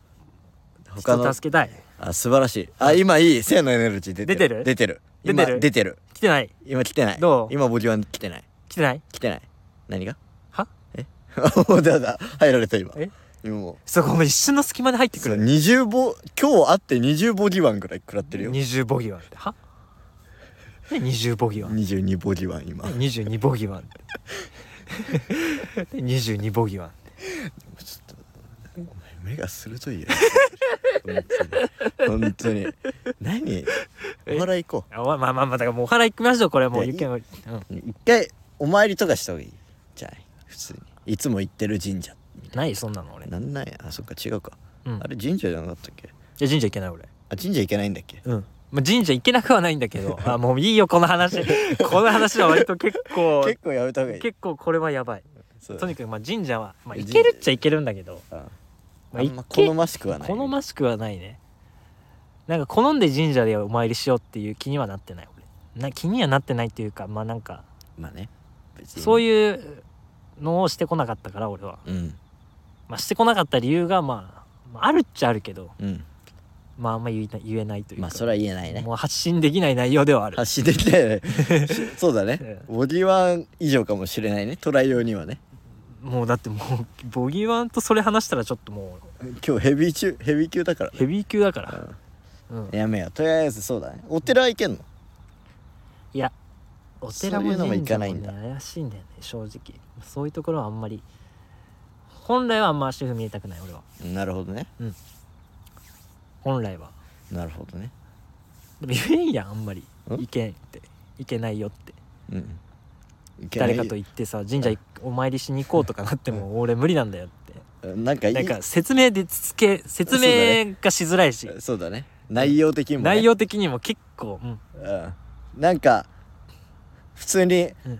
S2: う
S1: 他
S2: 人
S1: の
S2: を助けたい
S1: あ素晴らしいあ今いい性のエネルギー出てる
S2: 出てる
S1: 出てる今
S2: 出てる
S1: 出てる
S2: 来てない
S1: 今来てない
S2: どう
S1: 今ボギワン来てない
S2: 来てない
S1: 来てない何が [LAUGHS]
S2: は
S1: えもうだだ入られた今
S2: え
S1: 今もう
S2: そこも一瞬の隙間で入ってく
S1: そう
S2: る
S1: 20ボ今日会って20ボギワンぐらい食らってるよ
S2: 20ボギワンってはで20ボギワン
S1: 22ボギワン今
S2: で22ボギワン [LAUGHS] ってで22ボギワン
S1: ちょっとお前目が鋭いよ本当に本当に何お笑い行こ
S2: あまあまあまあだからもうお払い行きましょうこれはもう
S1: いや
S2: ゆっくりうん
S1: う一回お参りとかした方がいいじゃあ普通にいつも行ってる神社
S2: ないそんなの俺
S1: なんないあそっか違うか、
S2: うん
S1: あれ神社じゃなかったっけ
S2: いや神社行けない俺
S1: あ神社行けないんだっけ
S2: うんまあ神社行けなくはないんだけ [LAUGHS] どあもういいよこの [LAUGHS] 話この話は割と結構
S1: 結構やめた方がいい
S2: 結構これはやばい
S1: そう
S2: とにかくまあ神社は、まあ、
S1: 神
S2: 行けるっちゃ行けるんだけど、
S1: あ
S2: まあ、
S1: あんま
S2: 行け
S1: 好ましくはない
S2: 好ましくはないねなんか好んで神社でお参りしようっていう気にはなってない俺な気にはなってないっていうかまあなんか
S1: まあね別に
S2: そう
S1: う
S2: いうのをしてこなかったから俺は、
S1: うん
S2: まあ、してこなかった理由がまあまああるっちゃあるけど
S1: うん
S2: まああんま言えない言えないというか、
S1: まあそれは言えないね
S2: もう発信できない内容ではある
S1: 発信できない
S2: [LAUGHS]
S1: ねそうだね
S2: う
S1: ボディワン以上かもしれないねトライ用にはね
S2: もうだってもうボギーワンとそれ話したらちょっとも
S1: 今日ヘビー中ヘビー級だから
S2: うヘビー級だから、うん
S1: やめようとりあえずそうだねお寺行けんの
S2: いやお寺も
S1: そういうのも
S2: 神
S1: 行か
S2: 社
S1: な
S2: も
S1: いん
S2: ね
S1: だ
S2: 怪しいんだよね正直そういうところはあんまり本来はあんま足踏み入れたくない俺は
S1: なるほどね
S2: 本来は
S1: なるほどね
S2: でも言えんやんあんまり
S1: ん
S2: いけんっていけないよって
S1: うん行けない
S2: 誰かと行ってさ神社いお参りしに行こうとかなっても俺無理なんだよっ
S1: なんかい
S2: て
S1: い
S2: なんか説明でつけ説明がしづらいし、
S1: そうだね内容的にも、ね、
S2: 内容的にも結構、うん、
S1: うんなんか普通に
S2: うん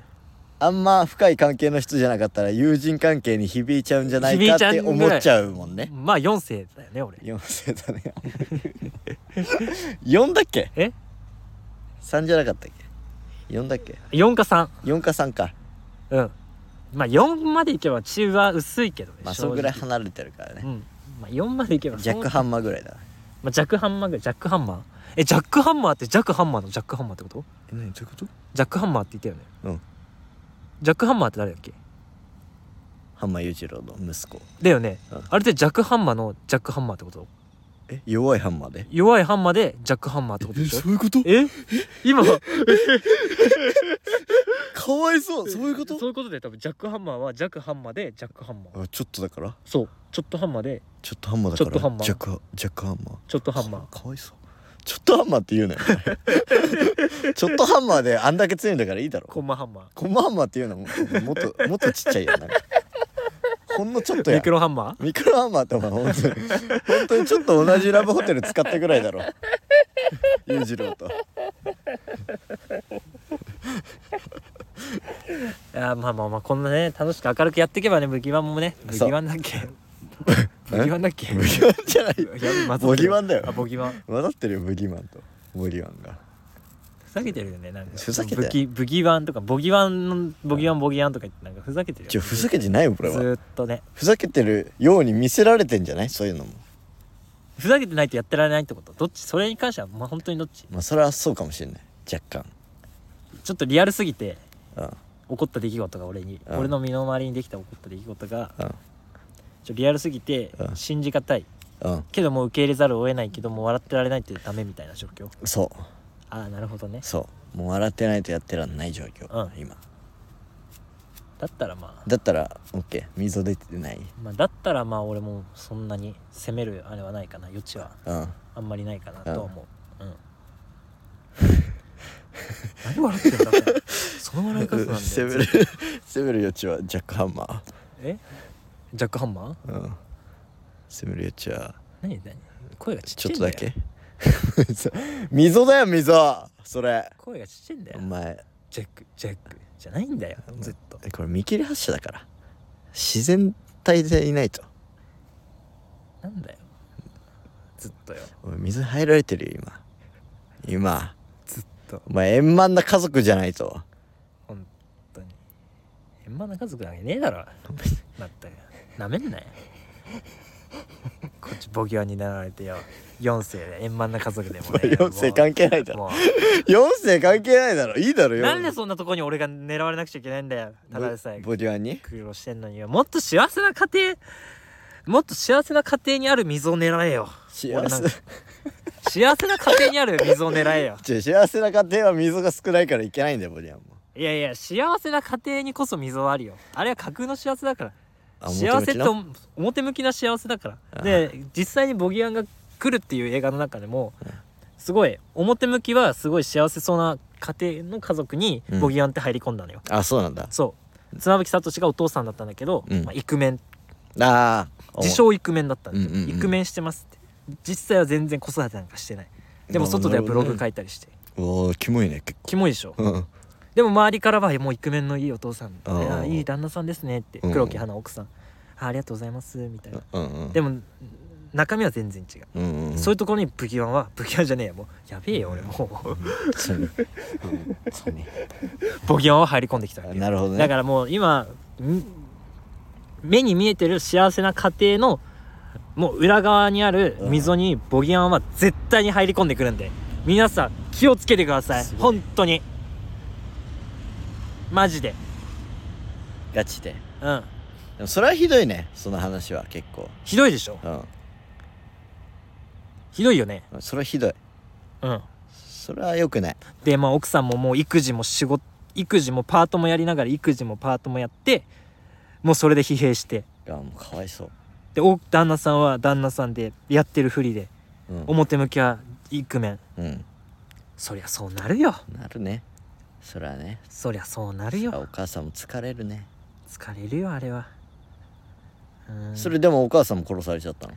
S1: あんま深い関係の人じゃなかったら友人関係に響いちゃうんじゃないかって思っちゃうもんね
S2: まあ4世だよね俺
S1: 4世だね4だっけ
S2: え
S1: 3じゃなかったっけ4だっけ
S2: 4か3
S1: 4か3か
S2: うんまあ4までいけば血は薄いけどね
S1: まあ
S2: 正
S1: そ
S2: 直
S1: んぐらい離れてるから
S2: う
S1: ね
S2: んまあ4までいけば
S1: ジャックハンマーぐらいだな
S2: まあ、ジャックハンマーぐらいジャックハンマーえジャックハンマーってジャックハンマーのジャックハンマーってこと
S1: え何どういうこと
S2: ジャックハンマーって言った
S1: う
S2: よね
S1: ん
S2: ジャックハンマーって誰だっけ
S1: ハンマー裕次郎の息子
S2: だよね、
S1: うん
S2: あれってジャックハンマーのジャックハンマーってこと
S1: え弱いハンマーで
S2: 弱いハンマーでジャックハンマーってことでしょ
S1: ういうこと
S2: え今
S1: かわいそうそういうこと
S2: そういうことで多分ジャックハンマーはジャックハンマーでジャックハンマー
S1: あちょっとだから
S2: そうちょっとハンマーで
S1: ちょっとハンマーだから
S2: ちょっとハンマー
S1: ジャックハジャックハンマー
S2: ちょっとハンマー
S1: かかわいそうちょっとハンマーって言うなよ [LAUGHS] ちょっとハンマーであんだけ強いんだからいいだろ
S2: コンマハンマ
S1: コマハンマーっていうのももっともっとちっちゃいやんなん [LAUGHS] かほんのちょっと
S2: ー
S1: や
S2: ミクロハンマー
S1: ミクロハンマーってお前本当に本当にちょっと同じラブホテル使ったぐらいだろ裕次郎と
S2: いやーまあまあまあこんなね楽しく明るくやっていけばねブギワンもねブギ
S1: そう
S2: ワンだっ
S1: [LAUGHS]
S2: けブギワンだっけ
S1: ブギマンじゃないボギワンだよ
S2: あボギワン
S1: 混ざってるよブギマンとボギワンが
S2: ふざけてるよねなんか
S1: ふざけて
S2: ブギブギワンとかボギワンボギワンボギワンとか言ってなんかふざけてる
S1: ち
S2: よ
S1: ょふざけてないよこ
S2: ず
S1: れは
S2: ーっとね
S1: ふざけてるように見せられてんじゃないそういうのも
S2: ふざけてないとやってられないってことどっちそれに関してはまあ本当にどっち
S1: まあそれはそうかもしれない若干
S2: ちょっとリアルすぎて
S1: うん
S2: 起こった出来事が俺に、
S1: うん
S2: 俺の身の回りにできた起こった出来事が
S1: うん
S2: ちょっとリアルすぎて
S1: うん
S2: 信じがたい、
S1: ううん
S2: けどもう受け入れざるを得ないけどもう笑ってられないってダメみたいな状況
S1: そ
S2: ああなるほどね
S1: うそうもう笑ってないとやってらんない状況、
S2: うん
S1: 今
S2: だったらまあ
S1: だったら OK 溝出てない
S2: まあ、だったらまあ俺もそんなに責めるあれはないかな余地は
S1: うん
S2: あんまりないかなとは思う、うん [LAUGHS] 何笑ってんだってその笑い方 [LAUGHS] なんだよ
S1: 攻める [LAUGHS] 攻める余地はジャックハンマ
S2: えジャックハンマー
S1: ー、うん、攻める余地は
S2: 何何声がち
S1: ち
S2: っち
S1: ょ
S2: ゃ
S1: っ
S2: いん
S1: と
S2: だ
S1: だ
S2: よ
S1: けそう [LAUGHS] 溝だよ溝それ
S2: 声がちっちゃいんだよ
S1: お前
S2: ジャックジャックじゃないんだよずっと
S1: これ見切り発車だから自然体でいないと
S2: なんだよずっとよ
S1: お前水入られてるよ今今
S2: ずっと
S1: お前円満な家族じゃないと
S2: 本当に円満な家族なんかいねえだろまったくなめんなよこっちボギワになられてよ4世で円満な家族でもね
S1: [LAUGHS] 4世関係ないだろ
S2: も
S1: 4世関係ないだろいいだろ
S2: う
S1: よ
S2: なんでそんなとこに俺が狙われなくちゃいけないんだよただでさえ
S1: ボボディワンに
S2: 苦労してんのによもっと幸せな家庭もっと幸せな家庭にある溝を狙えよ
S1: 幸
S2: 俺なん
S1: せ
S2: か幸せな家庭にある溝を狙えよ
S1: 違う幸せな家庭は溝が少ないからいけないんだよボディワンも
S2: いやいや幸せな家庭にこそ溝はあるよあれは架空の幸せだから
S1: あ
S2: 幸せ
S1: 表向き
S2: っ
S1: の
S2: て表向きな幸せだからで実際にボギアンが来るっていう映画の中でもすごい表向きはすごい幸せそうな家庭の家族に
S1: うん
S2: ボギアンって入り込んだのよ、
S1: あそうなんだ
S2: そう妻夫木聡がお父さんだったんだけど、
S1: うん
S2: まあ、イクメン
S1: ああ
S2: 自称イクメンだったんですよ、
S1: うんうんうん
S2: イクメンしてますって実際は全然子育てなんかしてないでも外ではブログ書いたりして、
S1: おおキモいね結
S2: キモいでしょ
S1: 構うん
S2: でも周りからはもうイクメンのいいお父さん
S1: あー
S2: いやいい旦那さんですねって
S1: うん
S2: 黒木花奥さんあありがとうございますみたいな
S1: うんうん
S2: でも中身は全然違う、
S1: うんうん
S2: そういうところにブギワンはブギワンじゃねえよもうやべえよ俺もう
S1: そうねうんそうね
S2: ボギワンは入り込んできた
S1: [LAUGHS]
S2: わ
S1: あ
S2: けよ
S1: なるほどね
S2: だからもう今ん目に見えてる幸せな家庭のもう裏側にある溝にボギワンは絶対に入り込んでくるんで皆さん気をつけてください
S1: すごい
S2: 本当にマジで
S1: ガチで
S2: うん
S1: でもそれはひどいねその話は結構
S2: ひどいでしょ
S1: う
S2: ひどいよね
S1: んそれはひどい
S2: うん
S1: それはよくない
S2: でまあ奥さんももう育児も仕事育児もパートもやりながら育児もパートもやってもうそれで疲弊して
S1: あもうかわいそう
S2: でお旦那さんは旦那さんでやってるふりで
S1: うん
S2: 表向きはイクメン
S1: うん
S2: そりゃそうなるよ
S1: なるねそれはね
S2: そりゃそうなる
S1: そりゃ
S2: よ
S1: お母さんも疲れるね
S2: 疲れるよあれはうーん
S1: それでもお母さんも殺されちゃったの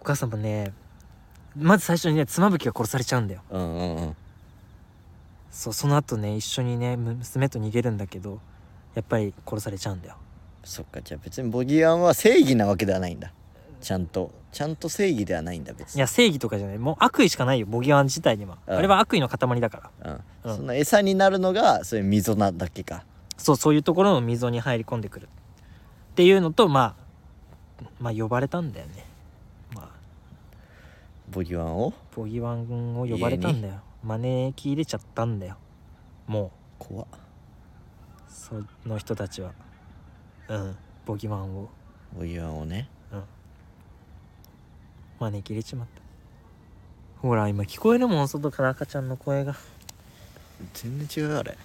S2: お母さんもねまず最初にね妻夫木が殺されちゃうんだよ
S1: うんうんうん
S2: そうその後ね一緒にねむ娘と逃げるんだけどやっぱり殺されちゃうんだよ
S1: そっかじゃあ別にボギーアンは正義なわけではないんだちゃんとちゃんと正義ではないんだ別
S2: い
S1: に
S2: や正義とかじゃないもう悪意しかないよボギワン自体には
S1: うん
S2: あれは悪意の塊だから
S1: うん
S2: うん
S1: その餌になるのがそういう溝なだけか
S2: そうそういうところの溝に入り込んでくるっていうのとまあまあ呼ばれたんだよねまあ
S1: ボギーアンを
S2: ボギワンを呼ばれたんだよ招き入れちゃったんだよも
S1: 怖っ
S2: うその人たちはうんボギワンを
S1: ボギーアンをね
S2: 招き入れちまったほら今聞こえるもん外から赤ちゃんの声が
S1: 全然違うあれ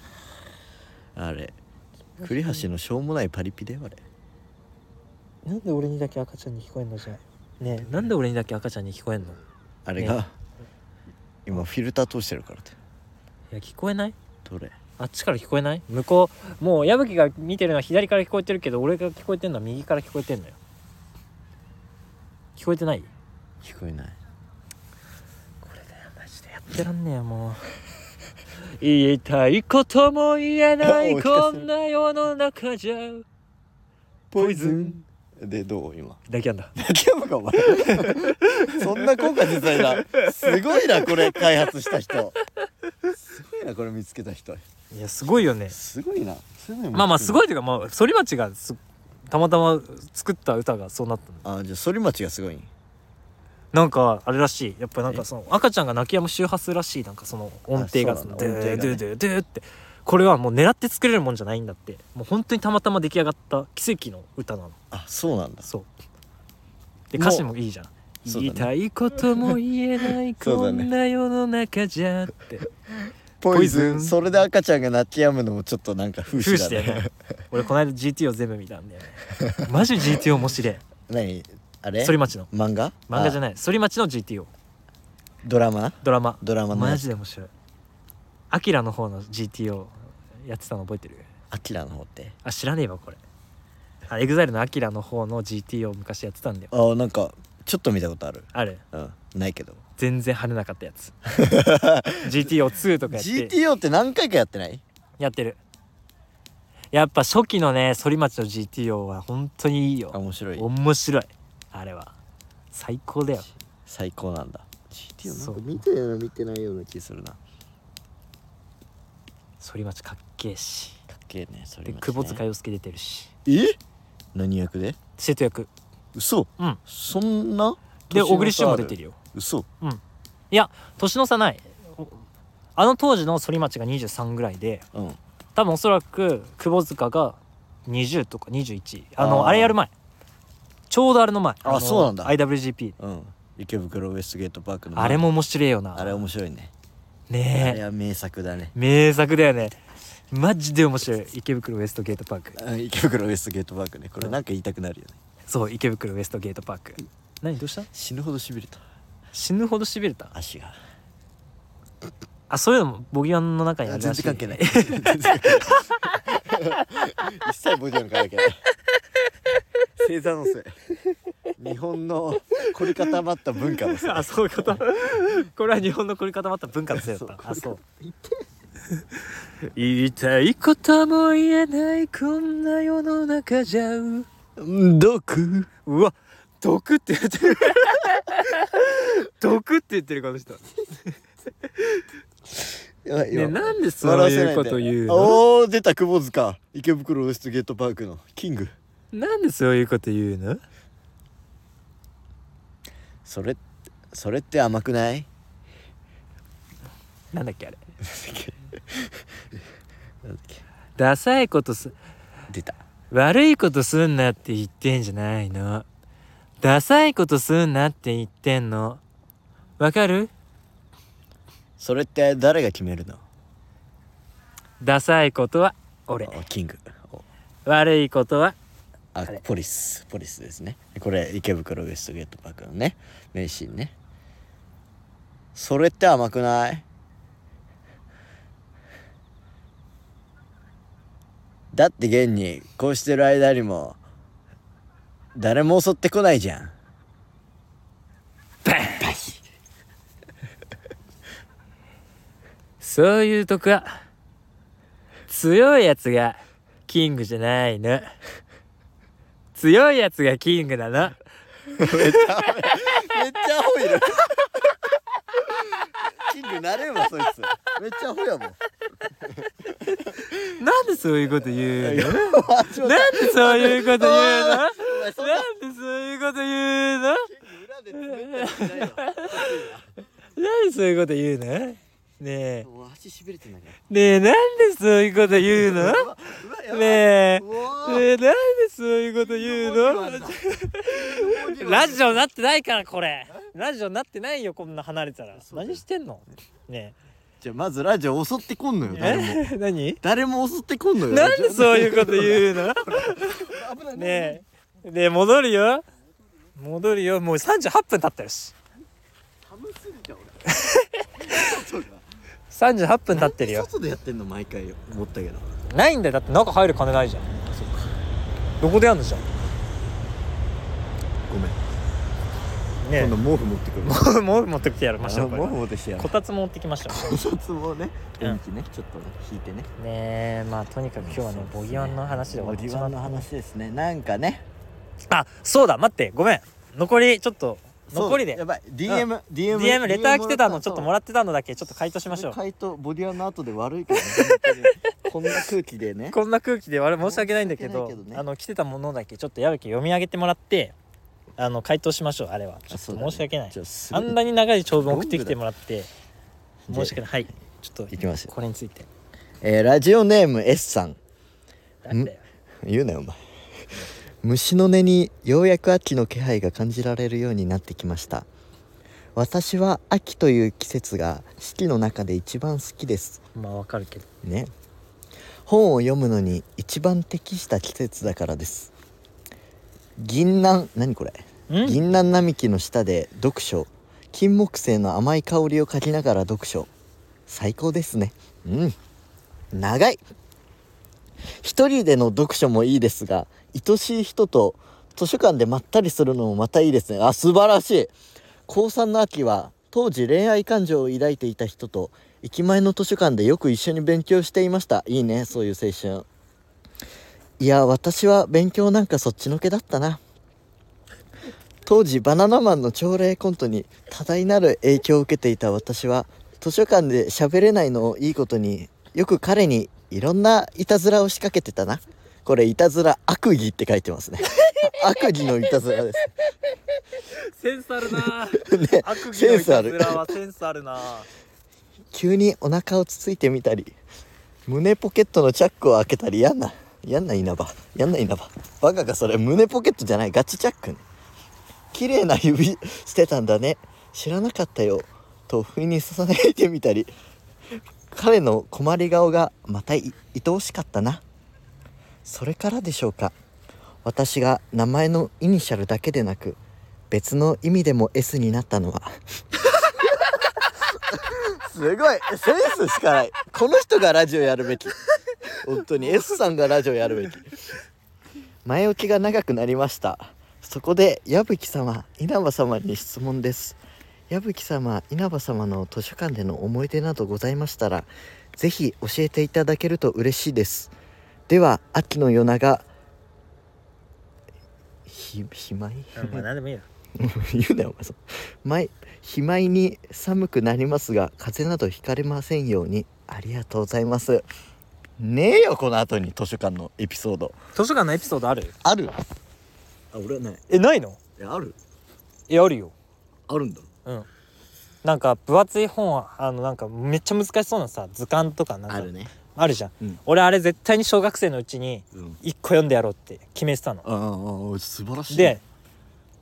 S1: あれ栗橋のしょうもないパリピだよあれ
S2: なんで俺にだけ赤ちゃんに聞こえんのじゃあねえなんで俺にだけ赤ちゃんに聞こえんのい
S1: あれが今フィルター通してるからって
S2: や聞こえない
S1: どれ
S2: あっちから聞こえない向こうもう矢吹が見てるのは左から聞こえてるけど俺が聞こえてるのは右から聞こえてんのよ聞こえてない
S1: 聞こえない
S2: これだよマジでやってらんねえよもう言いたいこと [LAUGHS] も言えな
S1: お
S2: い
S1: 聞か
S2: こ
S1: せ
S2: んな世の中じゃポイズン
S1: でどう今
S2: だけなんだ
S1: [LAUGHS] 泣き止むかお前そんな効果絶大なすごいなこれ開発した人すごいなこれ見つけた人
S2: いやすごいよね
S1: すごいなそういうの見つけた
S2: まあまあすごいというかまあ反町がすたまたま作った歌がそうなったの
S1: あじゃあ反町がすごいん
S2: なんかあれらしいやっぱなんかその赤ちゃんが泣き止む周波数らしいなんかその音程
S1: あ
S2: が
S1: そうなんだ
S2: ド
S1: 音程
S2: ゥー
S1: がね
S2: ドゥードゥードゥーってこれはもう狙って作れるもんじゃないんだってもう本当にたまたま出来上がった奇跡の歌なの
S1: あそうなんだ
S2: そうで歌詞もいいじゃん
S1: そうだ
S2: 言
S1: ね
S2: いたいことも言えない
S1: そう
S2: こ
S1: だね
S2: んな世の中じゃ
S1: [LAUGHS]
S2: って
S1: ポイズ
S2: ポイズン
S1: ンそれで赤ちゃんが泣き止むのもちょっとなんか風
S2: 風
S1: 刺
S2: 刺
S1: だ
S2: だよ
S1: ね
S2: ね俺この間 GTO 全部見たんだよねマジ GTO
S1: [LAUGHS]
S2: 面白い
S1: 何あれ
S2: 反町の
S1: 漫画
S2: 漫画じゃ
S1: ない
S2: ない反町の GTO
S1: ドラマ
S2: ドラマ
S1: ドラマのや
S2: マ
S1: つ
S2: ジで面白いアキラの方の GTO やってたの覚えてる
S1: アキラの方って
S2: あ知らねえわこれあエグザイルのアキラの方の GTO を昔やってたんだよ
S1: あーなんかちょっと見たことある
S2: ある
S1: うんないけど
S2: 全然跳ねなかった
S1: [LAUGHS]
S2: やつ GTO2 とかやって
S1: GTO って何回かやってない
S2: やってるやっぱ初期のね反町の GTO は本当にいい
S1: あ
S2: よ
S1: 面白い
S2: 面白いあれは最高だよ
S1: 最高なんだ GTO
S2: そう
S1: 見てるような見てないような気するな
S2: 反町かっけえし
S1: かっけえねそれ
S2: で窪塚洋介出てるし
S1: え何役で
S2: 生徒役
S1: 嘘
S2: うん
S1: そんな
S2: で小栗旬も出て
S1: る
S2: るよ
S1: 嘘
S2: いや年の差ないおあの当時の反町が23ぐらいで
S1: うん
S2: 多分おそらく窪塚が20とか21あの
S1: あ
S2: あ
S1: ー
S2: れやる前ちょうどあれの前
S1: あ
S2: の
S1: そうなんだ
S2: IWGP
S1: うん池袋ウエストゲートパークの
S2: あれも面白いよ
S1: あれ
S2: な
S1: 面白いねあ
S2: ね
S1: れ
S2: え
S1: は名作だね
S2: 名作だよねマジで面白い池袋ウエストゲートパーク
S1: あ池袋ウエストゲートパークねこれなんか言いたくなるよね
S2: そう池袋ウエストゲートパーク何どうした
S1: 死ぬほどしびれた
S2: 死ぬほどしびれた
S1: 足が
S2: あそういうのもボギワンの中に
S1: 全
S2: あるら
S1: 然
S2: しい
S1: 関係ない全然関係ない [LAUGHS] 一切ボディの関係ない星座のせい日本の凝り固まった文化のせい
S2: あそういうことこれは日本の凝り固まった文化のせいだっ
S1: [LAUGHS] そ
S2: た
S1: う
S2: あ [LAUGHS] そう言いたいことも言えないこんな世の中じゃうん
S1: 毒
S2: うわ毒って言って [LAUGHS] る毒って言ってるこの人
S1: やばい
S2: ね
S1: よ
S2: なんでそういうこと言うの
S1: おおー出た久保塚池袋ウエストゲートパークのキング
S2: なんでそういうこと言うの
S1: それそれって甘くない
S2: なんだっけあれ
S1: なんだっけ
S2: ダサいことす
S1: 出た
S2: 悪いことすんなって言ってんじゃないのダサいことすんなって言ってんのわかる
S1: それって誰が決めるの
S2: ダサいことは俺
S1: おキングお
S2: 悪いことは
S1: あ
S2: れ
S1: ポリスポリスですねこれ池袋ウエストゲートパークのね名シーンねそれって甘くないだって現にこうしてる間にも誰も襲ってこないじゃん
S2: そういうとこは強いやつがキングじゃないの強いやつがキングなの
S1: めっちゃアホいる [LAUGHS] キングなれんわそいつめっちゃアホやもん
S2: なんでそういうこと言うの
S1: マジ [LAUGHS] で
S2: なんでそういうこと言うのなん
S1: [LAUGHS]
S2: で
S1: お前そんな
S2: そういうこと言うの
S1: 裏で滑ったりしないよ
S2: なんでそういうこと言うのねえ
S1: もう足しびれてんだけど
S2: ねえなんでそういうこと言うの
S1: うわうわやばい
S2: ねえ
S1: うわ
S2: ねえなんでそういうこと言うのラジオなってないからこれラジオなってないよこんな離れたら
S1: そうだよ
S2: 何してんのね
S1: じゃあまずラジオ襲ってこんのよ
S2: え
S1: 誰も
S2: え [LAUGHS] 何
S1: 誰も襲ってこんのよ
S2: なんで [LAUGHS] そういうこと言うの [LAUGHS]
S1: う危ない
S2: ねえねえ戻るよ戻るよもう38分経ってるし
S1: 寒すぎた俺外が
S2: 38分経ってるよ
S1: 外でやってんの毎回思ったけど
S2: ないんだよだって中入る金ないじゃん
S1: そっか
S2: どこでやんのじゃん
S1: ごめん
S2: ね
S1: 今度毛布持ってくる
S2: え [LAUGHS] もうもう持ってきてやりましょうこ
S1: 毛
S2: れ
S1: 布持ってきてやる
S2: こたつも持ってきましたよ
S1: お札もね
S2: うん
S1: 電気ねちょっとね引いてね
S2: ねえまあとにかく今日はねボギワンの話で終わ
S1: ボ
S2: っ
S1: デ
S2: て
S1: ィ
S2: し
S1: ワ
S2: ま
S1: ン
S2: っ
S1: の話ですねなんかね
S2: たあそうだ待ってごめん残りちょっと
S1: そう
S2: 残りで
S1: やばい DM DM
S2: DM レター来てたのちょっとも
S1: らっ
S2: らってたのだけちょっと回答しましょう
S1: 回答ボディワンの後で悪いからね本当にこんな空気でね
S2: こんな空気で我々申し訳ないんだけど
S1: 申し訳ないけどね
S2: あの来てたものだけちょっと矢吹読み上げてもらってあの回答しましょうあれはちょっと申し訳ない、あんなに長い長文送ってきてもらって申し訳ないはいちょっと
S1: いきますよ
S2: これについて
S1: えーラジオネーム S さん
S2: なんだよ
S1: 言うなよお前虫の音にようやく秋の気配が感じられるようになってきました私は秋という季節が四季の中で一番好きです
S2: まあわかるけど
S1: ね本を読むのに一番適した季節だからです銀杏何これ
S2: ん
S1: 銀杏並木の下で読書金木犀の甘い香りを嗅ぎながら読書最高ですねうん長い一人での読書もいいですが愛しい人と図書館でまったりするのもまたいいですねあ素晴らしい高3の秋は当時恋愛感情を抱いていた人と駅前の図書館でよく一緒に勉強していましたいいねそういう青春いや私は勉強なんかそっちのけだったな当時バナナマンの朝礼コントに多大なる影響を受けていた私は図書館で喋れないのをいいことによく彼にいろんないたずらを仕掛けてたなこれいたずら悪意って書いてますね悪意のいたずらです
S2: センスあ [LAUGHS] るな
S1: ね
S2: 悪意
S1: セ
S2: の
S1: ン
S2: い
S1: スあ
S2: た
S1: る
S2: ずらはセンスあ [LAUGHS] るな
S1: 急にお腹をつついてみたり胸ポケットのチャックを開けたりやんなやんな稲葉やんな稲葉バカがそれ胸ポケットじゃないガチチャックね綺麗な指してたんだね知らなかったよと不意にささやいてみたり彼の困り顔がまたい愛おしかったなそれからでしょうか私が名前のイニシャルだけでなく別の意味でも S になったのはすごいセンスしかないこの人がラジオやるべき本当に S さんがラジオやるべき前置きが長くなりましたそこで矢吹様稲葉様に質問です矢吹様稲葉様の図書館での思い出などございましたらぜひ教えていただけると嬉しいですでは秋の夜長ひひまい
S2: まあ何でもいいよ
S1: [LAUGHS] 言うなよお前そう毎日前に寒くなりますが風邪などひかれませんようにありがとうございますねえよこの後に図書館のエピソード
S2: 図書館のエピソードある
S1: あるあ俺はない
S2: えないの
S1: えある
S2: えあるよ
S1: あるんだ
S2: うんなんか分厚い本はあのなんかめっちゃ難しそうなさ図鑑とかなんか
S1: あるね
S2: あるじゃん、
S1: うん
S2: 俺あれ絶対に小学生のうちに
S1: うん
S2: 1個読んでやろうって決めてたの
S1: あああ素晴らしい
S2: で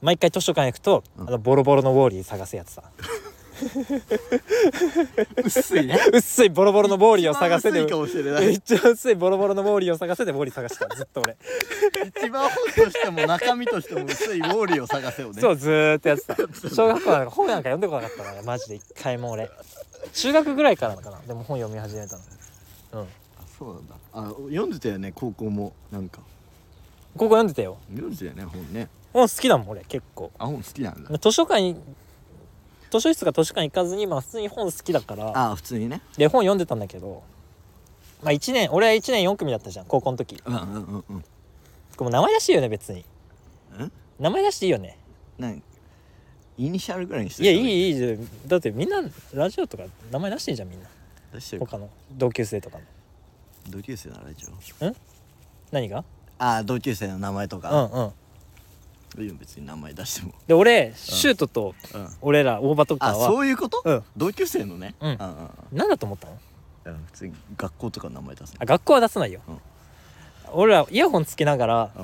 S2: 毎回図書館行くと、
S1: うん
S2: あのボロボロのウォーリー探すやつさ [LAUGHS]
S1: 薄いね
S2: 薄いボロボロのウォーリーを探せで
S1: 一番薄いかもしれな
S2: め
S1: い
S2: っちゃ薄いボロボロのウォーリーを探せでウォーリー探してたずっ
S1: [LAUGHS]
S2: と俺、
S1: 一番本としても中身としても薄いウォーリーを探せよね
S2: そうずーっとやってた小学校なんか本なんか読んでこなかったからマジで一回も俺中学ぐらいからかなでも本読み始めたのうん
S1: あそうなんだあ読んでたよね高校もなんか
S2: ここ読んでたよ
S1: 読んでたよね本ね
S2: 本好きだもん俺結構
S1: あ本好きなんだ
S2: 図書館に図書室とか図書館行かずにまあ普通に本好きだから
S1: あ普通にね
S2: で本読んでたんだけどまあ1年俺は1年4組だったじゃん高校の時
S1: うんうんうんうん
S2: これも名前出していいよね別に
S1: ん
S2: 名前出していいよね
S1: なんイニシャルぐらいにして
S2: いやいいいいじゃあだってみんなラジオとか名前出してんじゃんみんな
S1: 出してるか
S2: 他の同級生とかの
S1: 同級生のラジオ
S2: 何が
S1: ああ同級生の名前と
S2: う
S1: か
S2: んうん
S1: いいよ別に名前出しても、
S2: で俺シュートと
S1: うん、
S2: 俺ら大場とか
S1: あ
S2: は
S1: そういうこと、
S2: うん
S1: 同級生のね
S2: うん
S1: あ
S2: 何だと思ったの
S1: あうん普通に学校とかの名前出す
S2: あ学校は出さないよ
S1: うん
S2: 俺らイヤホンつけながら
S1: うん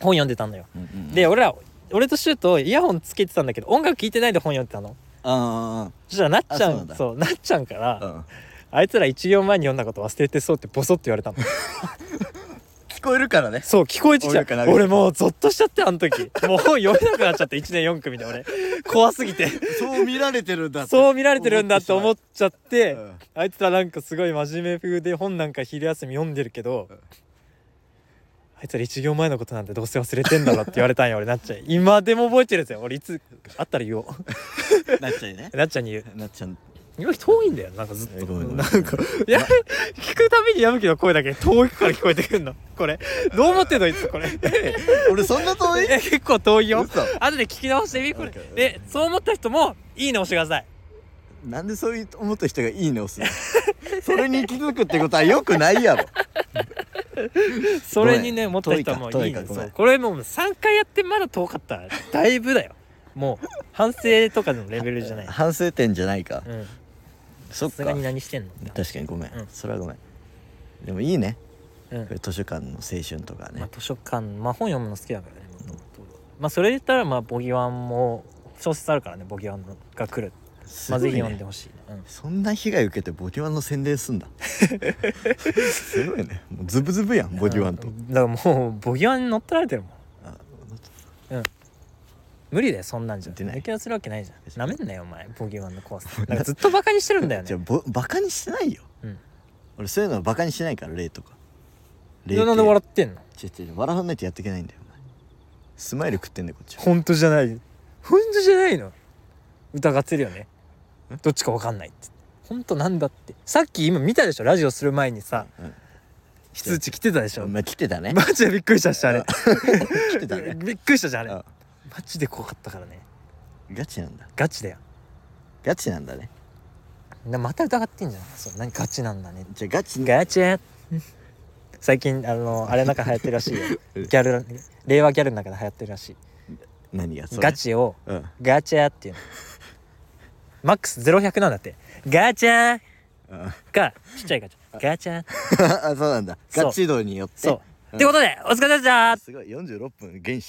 S2: 本読んでたのよ
S1: うんうん
S2: で俺ら俺とシュートイヤホンつけてたんだけど音楽聴いてないで本読んでたの
S1: あ
S2: そしたらなっちゃ
S1: あそうなん
S2: ん
S1: だ
S2: そうなっちゃんから、
S1: あ、うん、
S2: あいつら1行前に読んだこと忘れてそうってボソって言われたの
S1: 聞こえるからね
S2: そう聞こえて
S1: [LAUGHS]
S2: き
S1: 俺
S2: た
S1: かな
S2: 俺もうゾッとしちゃってあの時もう本読めなくなっちゃって1年4組で
S1: [LAUGHS]
S2: 俺怖すぎて
S1: そう見られてるんだって
S2: そう見られてるんだって思っちゃって、
S1: うん
S2: あいつらなんかすごい真面目風で本なんか昼休み読んでるけど、
S1: うん
S2: あいつら1行前のことなんてどうせ忘れてんだろって言われたんよ俺なっちゃん今でも覚えてるんですよ俺いつ会ったら言おう
S1: なっちゃ
S2: [LAUGHS]
S1: うね
S2: なっちゃんに言う
S1: なっちゃん
S2: 今遠いんだよなんかずっ
S1: え
S2: と
S1: ごめんごめん
S2: なんか [LAUGHS] や聞くたびに矢吹の声だけ遠くから聞こえてくるのこれどう思ってんのいつこれ
S1: 俺そんな遠い
S2: え結構遠いよ
S1: 嘘
S2: 後で聞き直してみこれ
S1: OK
S2: でそう思った人もいいね押してください
S1: なんでそういう思った人が「いいね」をするのそれに気づくってことはよくないやろ
S2: それにね持った人はもう
S1: 遠
S2: い
S1: い
S2: い
S1: か
S2: ね
S1: 遠いか
S2: そ
S1: ごめん
S2: うこれもう3回やってまだ遠かったらだいぶだよもう反省とかのレベル
S1: [LAUGHS]
S2: じゃない
S1: 反省点じゃないか、
S2: うん
S1: そ
S2: さ
S1: っ
S2: す
S1: か
S2: がに何してんの
S1: 確かにごめん、
S2: うん
S1: それはごめんでもいいね
S2: うん
S1: これ図書館の青春とか
S2: まあ
S1: ね、
S2: 図書館、まあ、本読むの好きだからね元々まあそれ言ったらまあボギワンも小説あるからねボギワンが来る、
S1: す
S2: まあ
S1: ご
S2: ぜ
S1: い
S2: ひ
S1: ね
S2: 読んでほしい、うん
S1: そんな被害受けてボディワンの宣伝
S2: [LAUGHS]
S1: すんだすごいねもうズブズブやんボディワンと
S2: うんだからもうボギワンに乗っ取られてるもん
S1: あ
S2: 無理だよそんなんじゃ
S1: 乗ってない
S2: 抜け出するわけないじ
S1: 確
S2: ゃ
S1: か
S2: んな
S1: に
S2: めんなよお前ボギワンの怖さ
S1: [LAUGHS]
S2: なんかずっとバカにしてるんだよね
S1: じゃあぼバカにしてないよ
S2: うん
S1: 俺そういうのはバカにしないから例とか
S2: いやなんで笑
S1: っ
S2: ってんの
S1: ちょちょ笑わないとやっていけないんだよお前スマイル食ってんだよこっちは
S2: 本当じゃない本当じゃないの疑ってるよねどっちかわかんないって本当なんだってさっき今見たでしょラジオする前にさ
S1: うん来て
S2: 通知来てたでしょ
S1: まあ来てた
S2: [LAUGHS]
S1: ね
S2: マジでびっくりしたっしあれ
S1: 来てたね
S2: びっくりしたじゃんあれ
S1: あ
S2: マジで怖かったからね
S1: ガチなんだ
S2: ガチだよ
S1: ガチなんだね
S2: なまた疑ってんじゃんそう何ガチなんだね
S1: じゃあガチ
S2: ガチ最近あのあれなんか流行ってるらしいよ
S1: うん
S2: ギャル令和ギャルの中で流行ってるらしい
S1: 何がそれ
S2: ガチを
S1: うん
S2: ガチャっていうのマックス0100なんだってガチャ [LAUGHS]
S1: あ
S2: かちっちゃいガチャガチャ
S1: あそうなんだ
S2: そう
S1: ガチ度によって
S2: そう
S1: うん
S2: ってことでお疲れ様でした
S1: すごい46分厳守